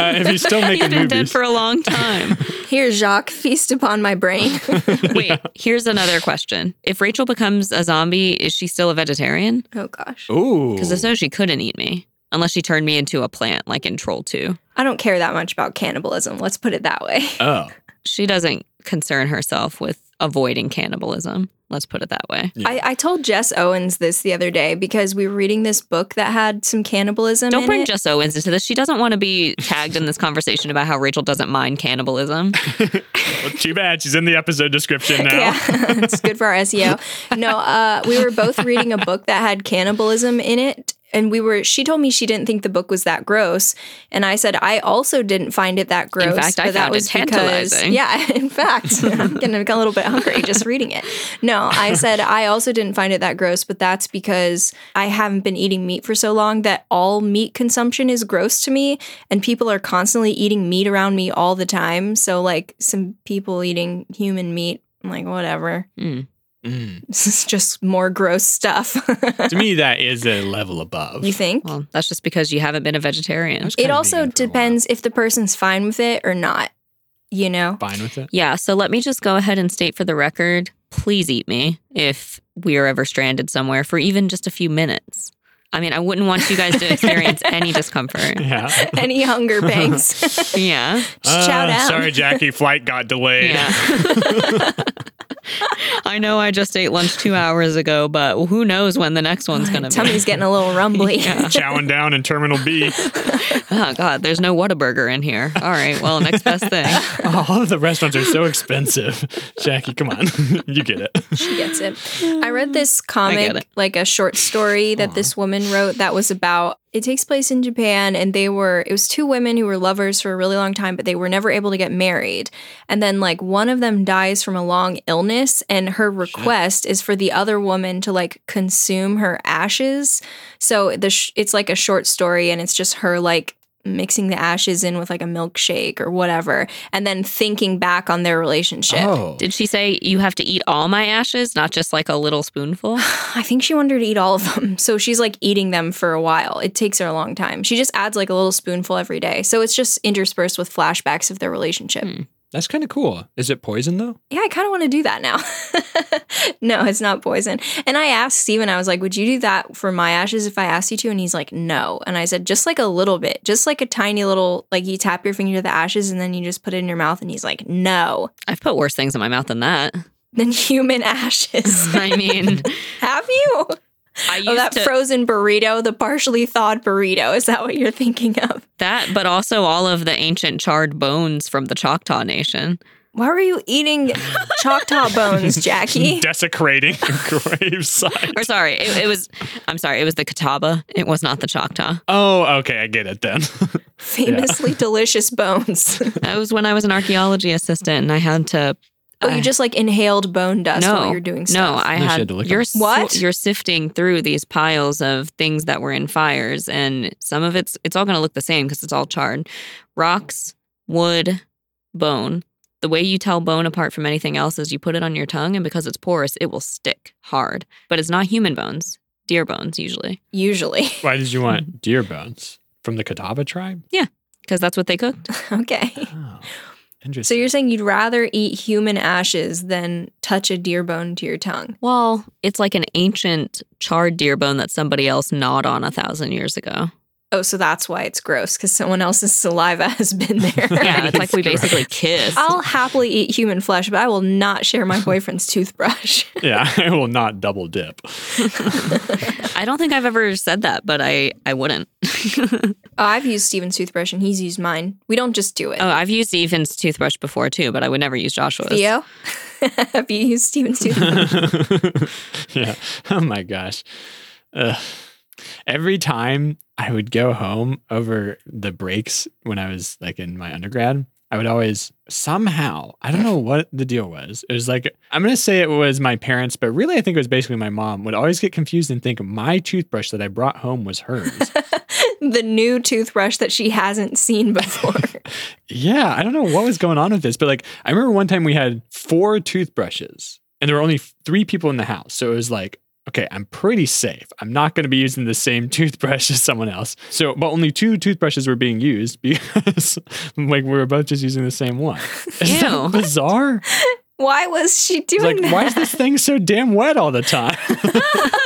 Uh, if he's
(laughs)
still
He's
making
been dead
movies.
for a
(laughs)
long time.
Here, Jacques, feast upon my brain. (laughs)
Wait, here's another question. If Rachel becomes a zombie, is she still a vegetarian?
Oh, gosh.
Ooh.
Because if so, she couldn't eat me unless she turned me into a plant like in Troll 2.
I don't care that much about cannibalism. Let's put it that way.
Oh.
She doesn't concern herself with avoiding cannibalism. Let's put it that way.
Yeah.
I, I told Jess Owens this the other day because we were reading this book that had some cannibalism
Don't
in
bring
it.
Jess Owens into this. She doesn't want to be tagged in this conversation about how Rachel doesn't
(laughs)
mind cannibalism.
Well, too bad she's in the episode description now.
(laughs) Yeah, (laughs) it's good for our SEO. No, uh, we were both reading a book that had cannibalism in it. And we were, she told me she didn't think the book was that gross. And I said, I also didn't find it that gross.
fact, I
but that
found it
was because-
tantalizing.
yeah, (laughs) in
(laughs)
fact, I'm getting a little bit hungry just reading it. No, I said, I also didn't find it that gross, but that's because I haven't been eating meat for so long that all meat consumption is gross to me. And people are constantly eating meat around me all the time. So, like, some people eating human meat, I'm like, whatever. (laughs)
Mm.
Mm.
This is just more gross stuff. (laughs)
To me, that is a level above.
you think?
Well, that's just because you haven't been a vegetarian.
That's
It
kinda
also
vegan for a while.
depends if the person's fine with it or not,
(laughs)
you know?
Fine with it.
Yeah, so let me just go ahead and state for the record please eat me if we are ever stranded somewhere for even just a few minutes. I mean, I wouldn't want you guys
(laughs)
to experience any discomfort.
Yeah. Uh,
Any hunger pangs.
Yeah.
(laughs) Just chow down.
Sorry, Jackie. Flight got delayed.
Yeah. (laughs) I know I just ate lunch two hours ago, but who knows when the next one's
(laughs)
going to be.
Tummy's getting a
(laughs)
little
(laughs)
rumbly.
Chowing down in Terminal
(laughs)
B.
(laughs) Oh, God, there's no Whataburger in here. All right, well, next best thing.
Oh, all of the restaurants are so expensive. Jackie, come on. (laughs) you get it.
she gets it. (laughs) I read this comic,
it.
like a short story that this woman wrote that was about it takes place in Japan and they were it was two women who were lovers for a really long time but they were never able to get married. And then like one of them dies from a long illness and her request is for the other woman to like consume her ashes. So the sh- it's like a short story and it's just her like mixing the ashes in with like a milkshake or whatever and then thinking back on their relationship.
Oh.
Did she say you have to eat all my ashes, not just like a little spoonful?
(sighs) I think she wanted her to eat all of them. (laughs) So she's like eating them for a while. It takes her a long time. She just adds like a little spoonful every day. So it's just interspersed with flashbacks of their relationship.
Hmm.
That's kind of cool. Is it poison, though?
Yeah, I kind of want to do that now. (laughs) no, it's not poison. And I asked Steven, I was like, would you do that for my ashes if I asked you to? And he's like, no. And I said, just like a little bit, just like a tiny little, like you tap your finger to the ashes and then you just put it in your mouth. And he's like, no. (laughs)
I've put worse things in my mouth than that. (laughs)
Then human ashes.
I
(laughs)
mean,
Have you?
I used
Oh, that
to
frozen burrito, the partially thawed burrito. Is that what you're thinking of?
that, but also all of the ancient charred bones from the Choctaw Nation.
Why were you (laughs) eating Choctaw bones,
(laughs)
Jackie?
Desecrating your gravesite.
Or sorry, it, it was. I'm sorry, it was the Catawba. It was not the Choctaw.
(laughs) Oh, okay, I get it then.
Famously (laughs) delicious bones.
That was when I was an archaeology assistant, and I had to.
oh, you
I-
just like inhaled bone dust while
No,
you're doing
No,
stuff.
No,
I
she
had,
had to lick
you're
'em.
si-
What?
you're sifting through these piles of things that were in fires, and some of it's it's all going to look the same because it's all charred, rocks, wood, bone. The way you tell bone apart from anything else is you put it on your tongue, and because it's porous, it will stick hard. But it's not human bones, deer bones usually,
Usually. (laughs)
Why did you want deer bones from the Kadaba tribe?
because that's what they cooked.
okay.
Oh,
So
interesting.
you're saying you'd rather eat human ashes than touch a deer bone to your tongue?
Well, it's like an ancient charred deer bone that somebody else gnawed on a thousand years ago.
Oh, so that's why it's gross because someone else's saliva (laughs) has been there.
Yeah,
(laughs)
it's like we
Correct.
basically kissed.
I'll happily eat human flesh, but I will not share (laughs) my boyfriend's toothbrush.
yeah, (laughs) I will not double dip. (laughs)
I don't think I've ever said that, but I I wouldn't. oh,
Oh, I've used Steven's toothbrush and he's used mine. We don't just do
Oh,
it.
Oh, I've used Ethan's toothbrush before too, but I would never use Joshua's.
Theo, (laughs) have you used Steven's
(laughs)
toothbrush?
yeah. Oh my gosh. Ugh. Every time I would go home over the breaks when I was like in my undergrad, I would always somehow, I don't know what the deal was. It was like, I'm going to say it was my parents, but really I think it was basically my mom would always get confused and think my toothbrush that I brought home was hers.
the new toothbrush that she hasn't
(laughs)
seen before.
yeah. I don't know what was going on with this, but like, I remember one time we had four toothbrushes and there were only three people in the house. So it was like, okay, I'm pretty safe. I'm not going to be using the same (laughs) toothbrush as someone else. So, but only two toothbrushes were being used (laughs) because like we were both just using the same one. Is
Ew.
that bizarre?
why was she
It's
doing
like,
that?
why is this thing so damn wet all the time? (laughs)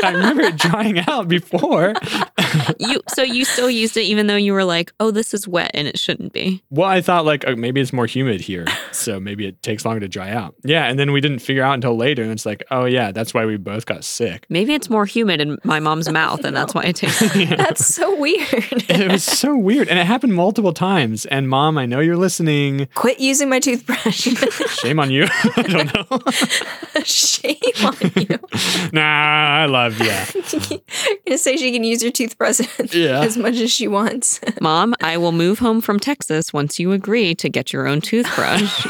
I remember it drying out before.
(laughs) You so you still used it even though you were like, oh, this is wet and it shouldn't be.
Well, I thought like oh, maybe it's more humid here, so maybe it takes longer to dry out. Yeah, and then we didn't figure out until later, and it's like, oh yeah, that's why we both got sick.
Maybe it's more humid in my mom's mouth, and that's why it tastes.
(laughs) That's so weird.
(laughs) it was so weird, and it happened multiple times. And mom, I know you're listening.
Quit using my toothbrush. (laughs)
Shame on you. (laughs) I don't know.
Shame on
(laughs)
you. (laughs)
nah, I love you.
I'm gonna say she can use your toothbrush
Yeah.
(laughs) as much as she wants. (laughs)
Mom, I will move home from Texas once you agree to get your own toothbrush.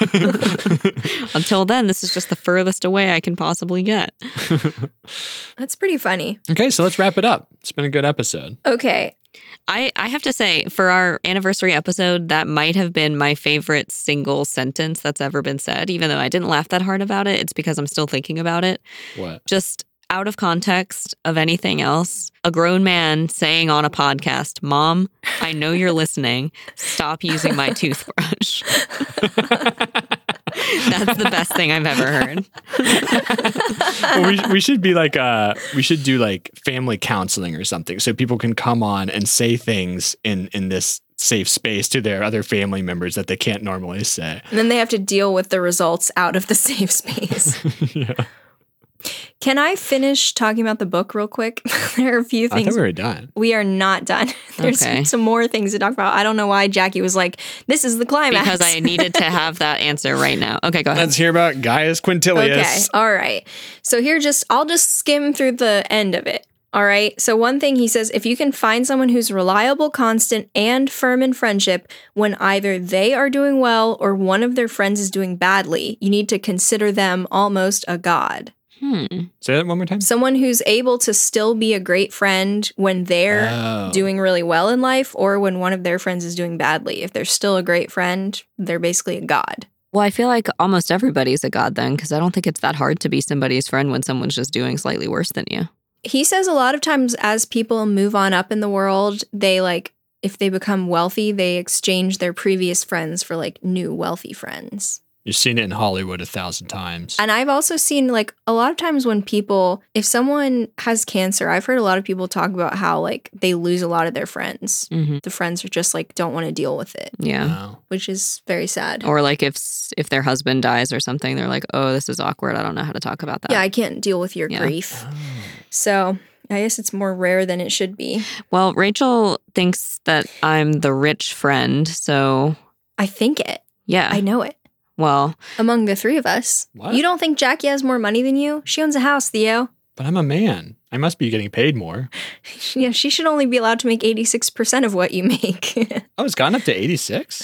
Until then, this is just the furthest away I can possibly get.
That's pretty funny.
(laughs) Okay, so let's wrap it up. It's been a good episode.
Okay.
I, I have to say, for our anniversary episode, that might have been my favorite single sentence that's ever been said. Even though I didn't laugh that hard about it, it's because I'm still thinking about it.
What?
Just out of context of anything else, a grown man saying on a podcast, Mom, I know (laughs) you're listening. Stop using my toothbrush. (laughs) that's the best thing I've ever (laughs) heard.
Well, we, we should be like uh we should do like family counseling or something so people can come on and say things in in this safe space to their other family members that they can't normally say
And then they have to deal with the results out of the (laughs) safe space.
yeah
Can I finish talking about the book real quick? (laughs) there are a few
i thought
things
we were done
we are not done. (laughs) There's
Okay.
some more things to talk about. I don't know why Jackie was like, "This is the climax."
Because I needed to have that answer right now. Okay, go ahead.
(laughs) let's hear about gaius
Okay.
quintilius
All right. So here just I'll just skim through the end of it. All right. So one thing he says, if you can find someone who's reliable, constant, and firm in friendship when either they are doing well or one of their friends is doing badly, you need to consider them almost a god.
Hmm.
say that one more time
Someone who's able to still be a great friend when they're
Oh.
doing really well in life or when one of their friends is doing badly. If they're still a great friend, they're basically a god.
Well, I feel like almost everybody's a god then, because I don't think it's that hard to be somebody's friend when someone's just doing slightly worse than you.
He says a lot of times as people move on up in the world, they like, if they become wealthy, they exchange their previous friends for like new wealthy friends.
you've seen it in hollywood a thousand times
And I've also seen like a lot of times when people, if someone has cancer, I've heard a lot of people talk about how like they lose a lot of their friends.
Mm-hmm.
The friends are just like, don't want to deal with it,
Yeah.
Wow.
which is very sad.
Or like if s- if their husband dies or something, they're like, "Oh, this is awkward. I don't know how to talk about that."
yeah, I can't deal with your
uh, Yeah.
grief.
Oh.
So I guess it's more rare than it should be.
Well, Rachel thinks that I'm the rich friend, so
I think it.
yeah.
I know it.
Well,
among the three of us.
What?
You don't think Jackie has more money than you? She owns a house, Theo. (laughs)
But I'm a man. I must be getting paid more.
Yeah, she should only be allowed to make 86% of what you make. (laughs)
Oh, it's gone up to 86.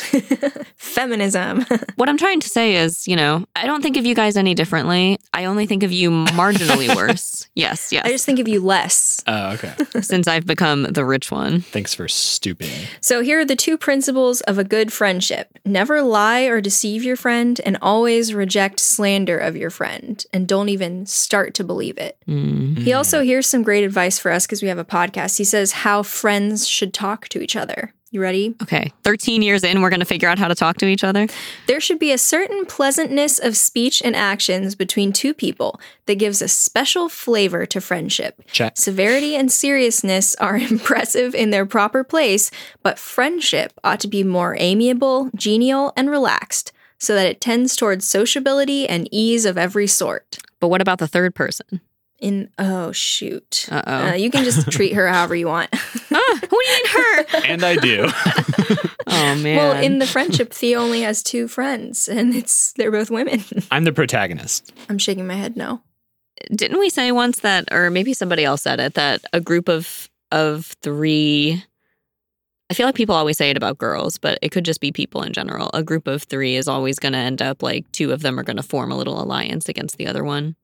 Feminism.
what I'm trying to say is, you know, I don't think of you guys any differently. I only think of you marginally worse. Yes,
I
yes.
just think of you less.
oh, okay.
Since I've become the rich one.
Thanks for stooping.
So here are the two principles of a good friendship. Never lie or deceive your friend and always reject slander of your friend and don't even start to believe it.
Mm.
(laughs)
Hmm.
He also here's some great advice for us because we have a podcast. He says how friends should talk to each other. You ready?
Okay. 13 years in, we're going to figure out how to talk to each other.
There should be a certain pleasantness of speech and actions between two people that gives a special flavor to friendship. (laughs)
Check.
Severity and seriousness are (laughs) impressive in their proper place, but friendship ought to be more amiable, genial, and relaxed so that it tends towards sociability and ease of every sort.
But what about the third person?
In oh shoot.
Uh-oh.
Uh, you can just treat her however you want.
Ah, who do you mean her?
And I do.
Oh, man.
Well, in the friendship, Theo only has two friends, and it's they're both women. (laughs)
I'm the protagonist.
I'm shaking my head no.
Didn't we say once that, or maybe somebody else said it, that a group of of three? I feel like people always say it about girls, but it could just be people in general. A group of three is always going to end up like two of them are going to form a little alliance against the other one,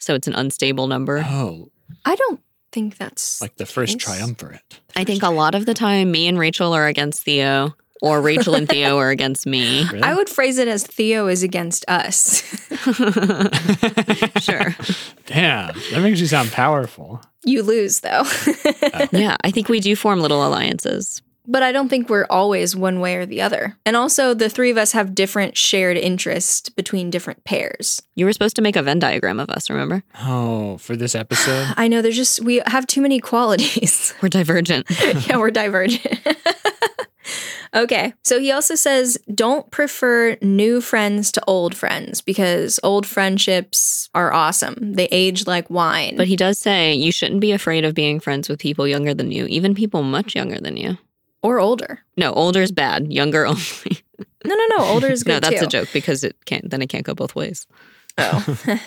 so it's an unstable number.
Oh,
I don't think that's
like the first
Yes.
triumvirate.
I think a lot of the time, me and Rachel are against Theo, or Rachel and Theo are against me.
Really? (laughs)
I would phrase it as Theo is against us.
(laughs)
(laughs)
sure.
Damn, that makes you sound powerful.
you lose though. (laughs)
Yeah, I think we do form little alliances.
but I don't think we're always one way or the other. And also the three of us have different shared interests between different pairs.
You were supposed to make a Venn diagram of us, remember?
Oh, for this episode?
I know there's just we have too many qualities. (laughs)
We're divergent.
yeah, we're divergent. (laughs) okay. So he also says don't prefer new friends to old friends because old friendships are awesome. They age like wine.
But he does say you shouldn't be afraid of being friends with people younger than you, even people much younger than you.
or older.
No, older is bad. Younger (laughs) only.
No, no, no. Older is
(laughs) no,
good
that's
too.
a joke because it can't. Then it can't go both ways.
(laughs)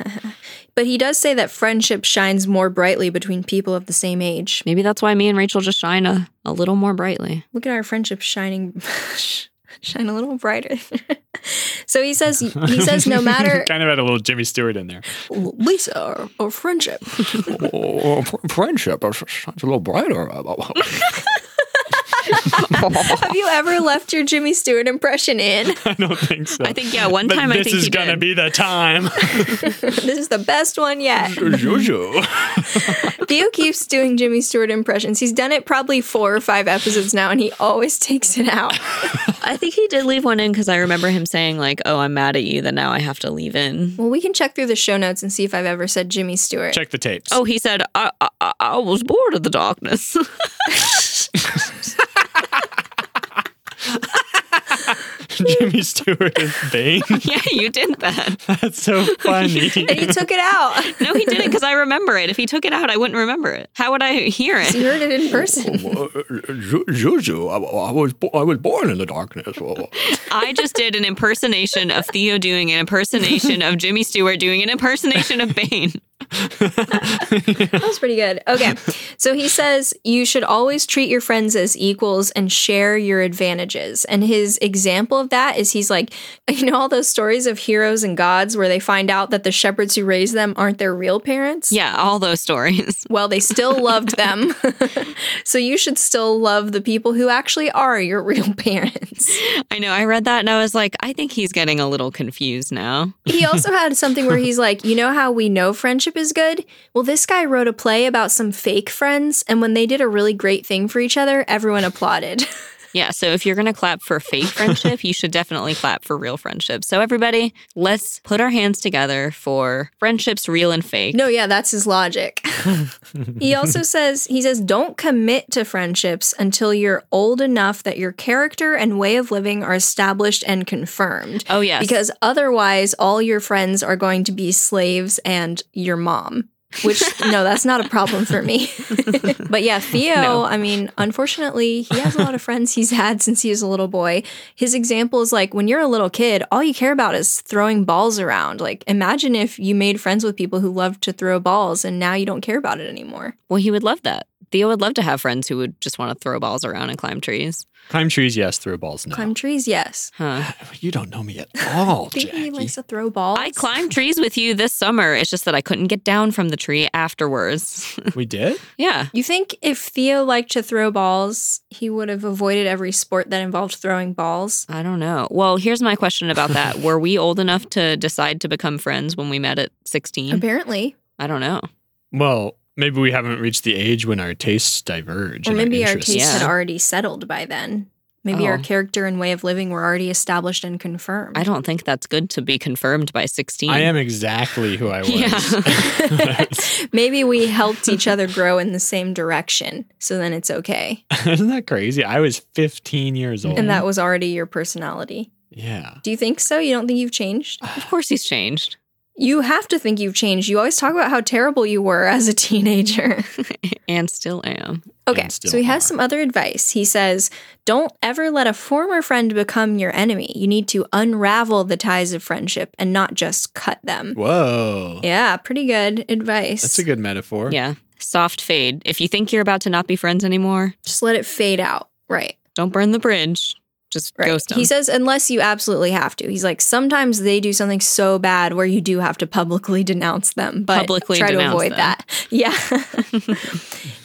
But he does say that friendship shines more brightly between people of the same age.
Maybe that's why me and Rachel just shine a, a little more
(laughs)
brightly. (laughs)
Look at our friendship shining (laughs) shine a little brighter. (laughs) so he says he says no matter
(laughs) kind of had a little Jimmy Stewart in there.
(laughs)
(laughs)
Lisa or, or friendship.
Oh, friendship. It's a little brighter. I
Have you ever left your Jimmy Stewart impression in? (laughs)
don't think so.
I think yeah. One
But
time
this
I think
is
he
gonna
did.
be the time.
this is the best one yet.
Jojo.
Theo keeps doing Jimmy Stewart impressions. He's done it probably four or five episodes now, and he always takes it out.
(laughs) I think he did leave one in because I remember him saying like, "Oh, I'm mad at you that now I have to leave in."
Well, we can check through the show notes and see if I've ever said Jimmy
(laughs)
Stewart.
Check the tapes.
Oh, he said, "I I, I- I was bored of the darkness."
(laughs)
(laughs)
Jimmy Stewart is Bane.
yeah, you did that.
(laughs) That's so
(laughs)
funny.
And he took it out. (laughs)
No, he didn't because I remember it. If he took it out, I wouldn't remember it. How would I hear it?
You heard it in person.
uh, Jojo, I, was I was born in the darkness.
I just did an impersonation of Theo doing an impersonation of Jimmy Stewart doing an impersonation of Bane.
That was pretty good. Okay. So he says you should always treat your friends as equals and share your advantages. And his example of that is he's like, (laughs) you know, all those stories of heroes and gods where they find out that the shepherds who raised them aren't their real parents?
Yeah, all those stories.
Well, they still loved them. (laughs) so you should still love the people who actually are your real (laughs) parents.
I know. I read that and I was like, I think he's getting a little confused now.
He also had something where he's like, you know how we know friendship is good? Well, this guy wrote a play about some fake friends, and when they did a really great thing for each other, everyone applauded. (laughs)
Yeah. So if you're going to clap for fake friendship, you should definitely clap for real friendship. So everybody, let's put our hands together for friendships real and fake.
No, yeah, that's his logic. he also says, he says, don't commit to friendships until you're old enough that your character and way of living are established and confirmed.
Oh, yes.
Because otherwise, all your friends are going to be slaves and your mom.
(laughs)
which no, that's not a problem for me. but yeah, Theo,
No.
I mean, unfortunately, he has a lot of friends he's (laughs) had since he was a little boy. His example is like when you're a little kid, all you care about is throwing balls around. Like imagine if you made friends with people who loved to throw balls and now you don't care about it anymore.
Well, he would love that. Theo would love to have friends who would just want to throw balls around and climb trees.
Climb trees, yes. Throw balls, no.
Climb trees, yes.
Huh.
you don't know me at all,
I think
Jackie.
he likes to throw balls.
I climbed trees with you this summer. It's just that I couldn't get down from the tree afterwards. (laughs)
we did?
yeah.
You think if Theo liked to throw balls, he would have avoided every sport that involved throwing balls?
I don't know. Well, here's my question about that. Were we old enough to decide to become friends when we met at 16?
Apparently.
I don't know.
Well, maybe we haven't reached the age when our tastes diverge.
Or
and
maybe our
interests.
tastes
Yeah.
had already settled by then. Maybe our
Oh.
character and way of living were already established and confirmed.
I don't think that's good to be confirmed by 16.
I
(laughs)
am exactly who I was. (laughs)
Yeah.
Maybe we helped each other grow in the same direction, so then it's okay.
Isn't that crazy? I was 15 years old.
And that was already your personality.
yeah.
Do you think so? You don't think you've changed?
Of course he's changed.
You have to think you've changed. You always talk about how terrible you were as a teenager. (laughs)
and still am.
Okay,
and still
so he has
are.
some other advice. He says, Don't ever let a former friend become your enemy. You need to unravel the ties of friendship and not just cut them.
Whoa.
Yeah, pretty good advice.
That's a good metaphor.
Yeah. Soft fade. If you think you're about to not be friends anymore,
just let it fade out. Right.
don't burn the bridge. Just
Right.
ghost him.
He says, unless you absolutely have to. He's like, sometimes they do something so bad where you do have to publicly (laughs) denounce them, but
Publicly
try to
denounce
avoid
them.
that. (laughs)
(laughs)
Yeah.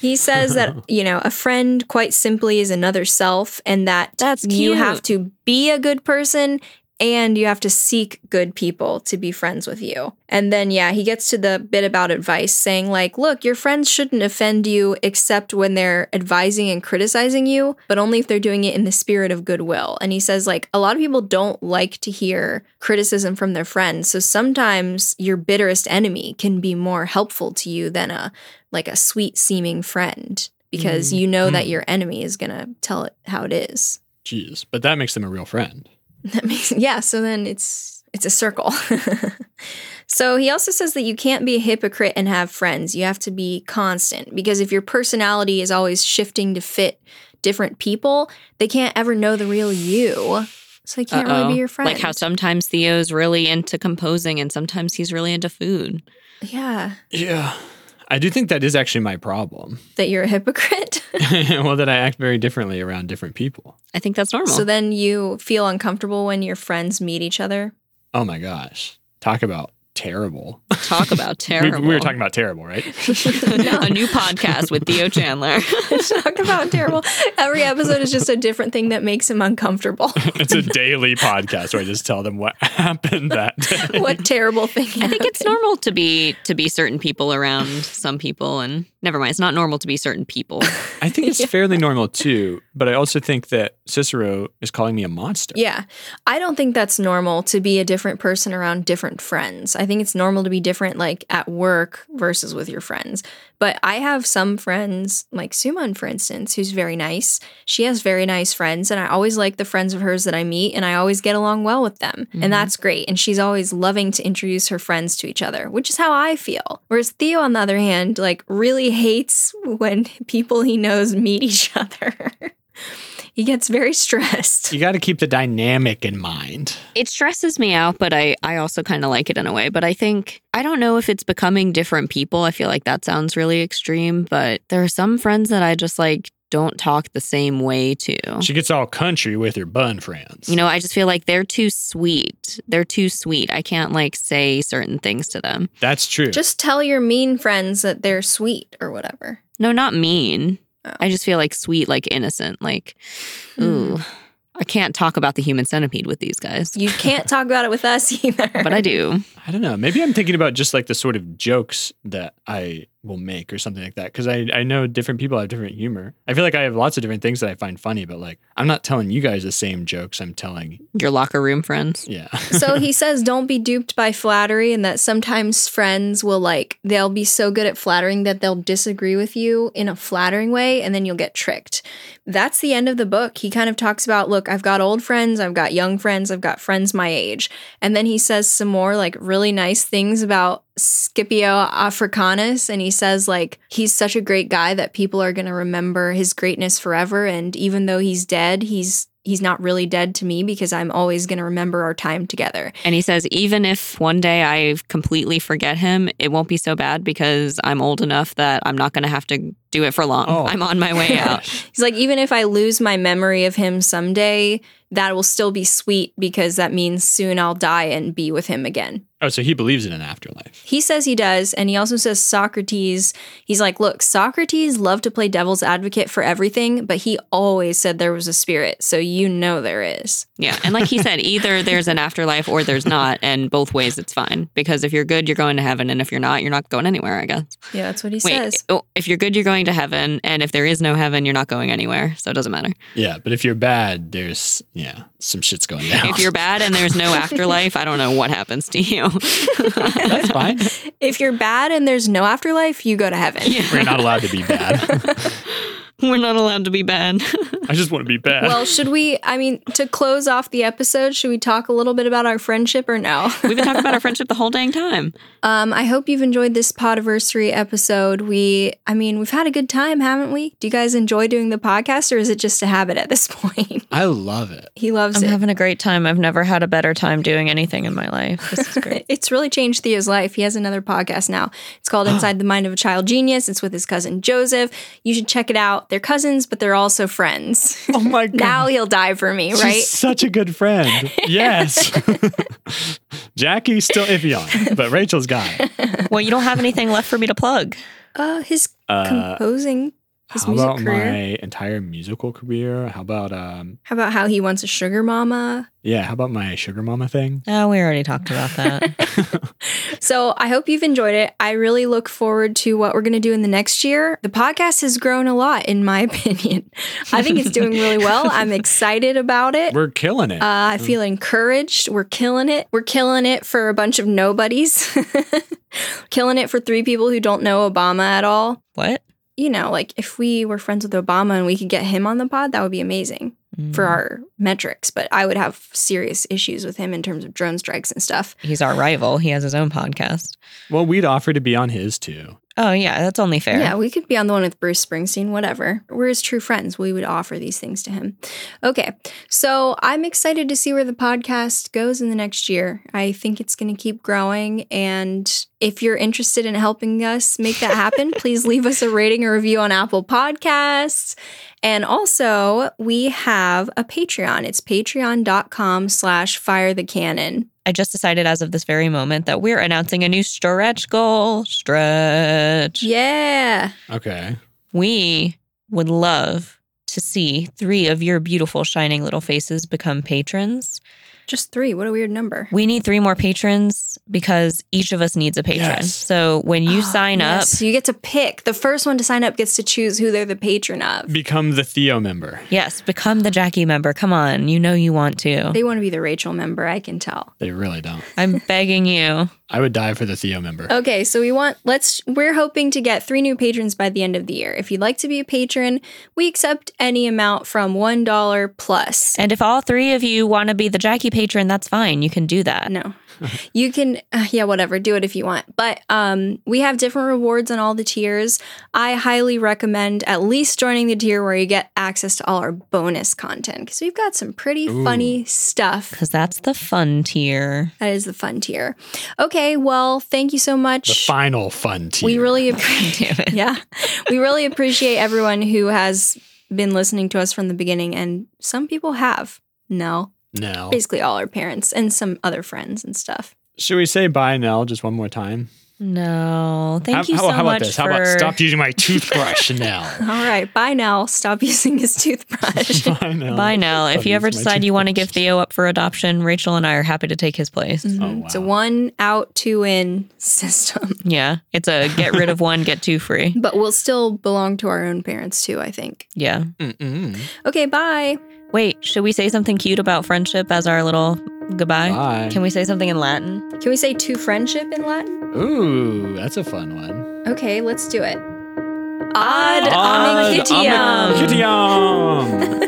he says that, you know, a friend quite simply is another self and that
That's
you
cute.
have to be a good person and you have to seek good people to be friends with you. And then, yeah, he gets to the bit about advice saying, like, look, your friends shouldn't offend you except when they're advising and criticizing you, but only if they're doing it in the spirit of goodwill. And he says, like, a lot of people don't like to hear criticism from their friends. So sometimes your bitterest enemy can be more helpful to you than a like a sweet seeming friend because you know that
Mm.
your enemy is going to tell it how it is.
Jeez. But that makes them a real friend.
That makes (laughs) yeah. So then it's it's a circle. (laughs) so he also says that you can't be a hypocrite and have friends. You have to be constant because if your personality is always shifting to fit different people, they can't ever know the real you. So they can't
Uh-oh.
really be your friend.
Like how sometimes Theo's really into composing and sometimes he's really into food.
yeah,
Yeah. I do think that is actually my problem.
that you're a hypocrite.
(laughs)
(laughs)
well, that I act very differently around different people.
I think that's normal.
so then you feel uncomfortable when your friends meet each other. (laughs)
Oh my gosh. Talk about terrible.
Talk about
We,
terrible.
we were talking about terrible, right?
(laughs) a new podcast with Theo Chandler.
Talk about terrible. Every episode is just a different thing that makes him uncomfortable. (laughs)
it's a daily podcast where I just tell them what (laughs) happened that day.
what terrible thing?
I think it's normal to be to be certain people around some people and never mind, it's not normal to be certain people.
I think it's fairly normal too, but I also think that Cicero is calling me a monster.
Yeah. I don't think that's normal to be a different person around different friends. I think it's normal to be different, like at work versus with your friends. But I have some friends, like Suman, for instance, who's very nice. She has very nice friends, and I always like the friends of hers that I meet, and I always get along well with them.
Mhm.
And that's great. And she's always loving to introduce her friends to each other, which is how I feel. Whereas Theo, on the other hand, like really hates when (laughs) people he knows meet each (laughs) other. he gets very stressed.
You got to keep the dynamic in mind.
(laughs) It stresses me out, but I I also kind of like it in a way, but I think I don't know if it's becoming different people. I feel like that sounds really extreme, but there are some friends that I just like don't talk the same way
Oh.
to.
She gets all country with her bun friends.
You know, I just feel like they're too sweet. They're too sweet. I can't like say certain things to them.
that's true.
Just tell your mean friends that they're sweet or whatever.
No, not mean.
Oh.
I just feel like sweet, like innocent, like ooh. I can't talk about the human centipede with these guys,
You can't talk about it with us (laughs) either.
but I do.
I don't know. Maybe I'm thinking about just like the sort of jokes that I will make or something like that. Cause I, I know different people have different humor. I feel like I have lots of different things that I find funny, but like I'm not telling you guys the same jokes I'm telling.
Your locker room friends.
(laughs)
Yeah.
so he says don't be duped by flattery and that sometimes friends will like they'll be so good at flattering that they'll disagree with you in a flattering way and then you'll get tricked. That's the end of the book. He kind of talks about, look, I've got old friends, I've got young friends, I've got friends my age. And then he says some more like really nice things about Scipio Africanus and he says like he's such a great guy that people are going to remember his greatness forever and even though he's dead he's he's not really dead to me because I'm always going to remember our time together.
And he says, even if one day I completely forget him, it won't be so bad because I'm old enough that I'm not going to have to do it for long.
Oh.
I'm on my way out.
Gosh.
He's like even if I lose my memory of him someday that will still be sweet because that means soon I'll die and be with him again.
Oh, so he believes in an afterlife.
He says he does, and he also says Socrates. He's like, look, Socrates loved to play devil's advocate for everything, but he always said there was a spirit, so you know there is.
Yeah. And like he said, either there's an afterlife or there's not. And both ways, it's fine. Because if you're good, you're going to heaven. And if you're not, you're not going anywhere, I guess.
Yeah, that's what he
Wait,
says.
oh, if you're good, you're going to heaven. And if there is no heaven, you're not going anywhere. So it doesn't matter.
Yeah, but if you're bad, there's yeah, some shit's going down. (laughs)
If you're bad and there's no afterlife, I don't know what happens to you. (laughs)
that's fine.
If you're bad and there's no afterlife, you go to heaven.
We're not allowed to be bad.
We're not allowed to be bad.
(laughs)
(laughs)
I just want to be bad.
Well, should we? I mean, to close off the episode, should we talk a little bit about our friendship or no? (laughs)
We've been talking about our friendship the whole dang time.
Um, I hope you've enjoyed this podiversary episode. We, I mean, we've had a good time, haven't we? Do you guys enjoy doing the podcast, or is it just a habit at this (laughs) point?
I love it.
he loves it.
having a great time. I've never had a better time doing anything in my life. This is great.
(laughs) It's really changed Theo's life. He has another podcast now. It's called Inside the Mind of a Child Genius. It's with his cousin Joseph. You should check it out. They're cousins, but they're also friends. (laughs)
Oh my god.
now he'll die for me,
She's
right?
such a good
(laughs)
friend. Yes. (laughs) Jackie's still iffy on, it, but Rachel's got
(laughs)
it.
(laughs) well, you don't have anything left for me to plug.
Uh, his
Uh,
composing, his
how
music
about
career.
my entire musical career? How about um
How about how he wants a sugar mama?
yeah, how about my sugar mama thing?
Oh, we already talked about (laughs) that.
So I hope you've enjoyed it. I really look forward to what we're going to do in the next year. The podcast has grown a lot, in my (laughs) opinion. I think it's doing really well. I'm excited about it.
We're killing it.
Uh, I feel encouraged. We're killing it. We're killing it for a bunch of nobodies. (laughs) killing it for three people who don't know Obama at all.
what?
You know, like if we were friends with Obama and we could get him on the pod, that would be amazing
Mm.
for our metrics. But I would have serious issues with him in terms of drone strikes and stuff.
He's our rival. He has his own podcast.
well, we'd offer to be on his too.
Oh, yeah. That's only fair.
Yeah, we could be on the one with Bruce Springsteen, whatever. We're his true friends. We would offer these things to him. Okay. So I'm excited to see where the podcast goes in the next year. I think it's going to keep growing. And if you're interested in helping us make that happen, please leave us a rating or review on Apple Podcasts. And also, we have a Patreon. It's patreon.com slash fire the cannon.
I just decided as of this very moment that we're announcing a new stretch goal. Stretch.
Yeah.
Okay.
We would love to see three of your beautiful, shining little faces become patrons.
Just three. What a weird number.
We need three more patrons because each of us needs a patron.
Yes.
So when you
Oh,
sign
yes. You get to pick. The first one to sign up gets to choose who they're the patron
Mm.
of.
Become the Theo
(laughs)
member.
up, yes, become the Jackie member. Come on, you know you want to.
They want to be the Rachel member, I can tell.
They really don't.
(laughs) I'm begging you.
I would die for the Theo member.
Okay, so we want let's we're hoping to get 3 new patrons by the end of the year. If you'd like to be a patron, we accept any amount from $1 plus.
And if all three of you want to be the Jackie patron, that's fine. You can do that.
No. You can uh, yeah, whatever, do it if you want. But um we have different rewards on all the tiers. I highly recommend at least joining the tier where you get access to all our bonus content cuz we've got some pretty
Ooh.
funny stuff
Because that's the fun tier.
That is the fun tier. Okay, well, thank you so
The
much.
final fun tier. (laughs)
we really appreciate
Damn it.
Yeah. We really appreciate everyone who has been listening to us from the beginning and some people have. No.
Nell.
Basically all our parents and some other friends and stuff.
Should we say bye, Nell, just one more time?
No, thank
how,
you
how,
so
how about
much
this?
for.
How about stop using my toothbrush, Nell?
(laughs) All right, bye now. Stop (laughs) using
(laughs)
his toothbrush.
bye, Nell.
Bye now. If
Stop
you ever
using my
decide you want to give
toothbrush.
Theo up for adoption, Rachel and I are happy to take his place.
Mhm.
Oh,
It's a
wow.
one out, two in system. (laughs)
Yeah, it's a get rid of one, get two free.
But we'll still belong to our own parents too, I think.
Yeah.
Mm-mm.
Okay, bye.
Wait, should we say something cute about friendship as our little goodbye?
Bye.
Can we say something in Latin?
Can we say to friendship in Latin?
Ooh, that's a fun one.
Okay, let's do it.
Ad
Ad
Ad
amicitiam.
amicitiam.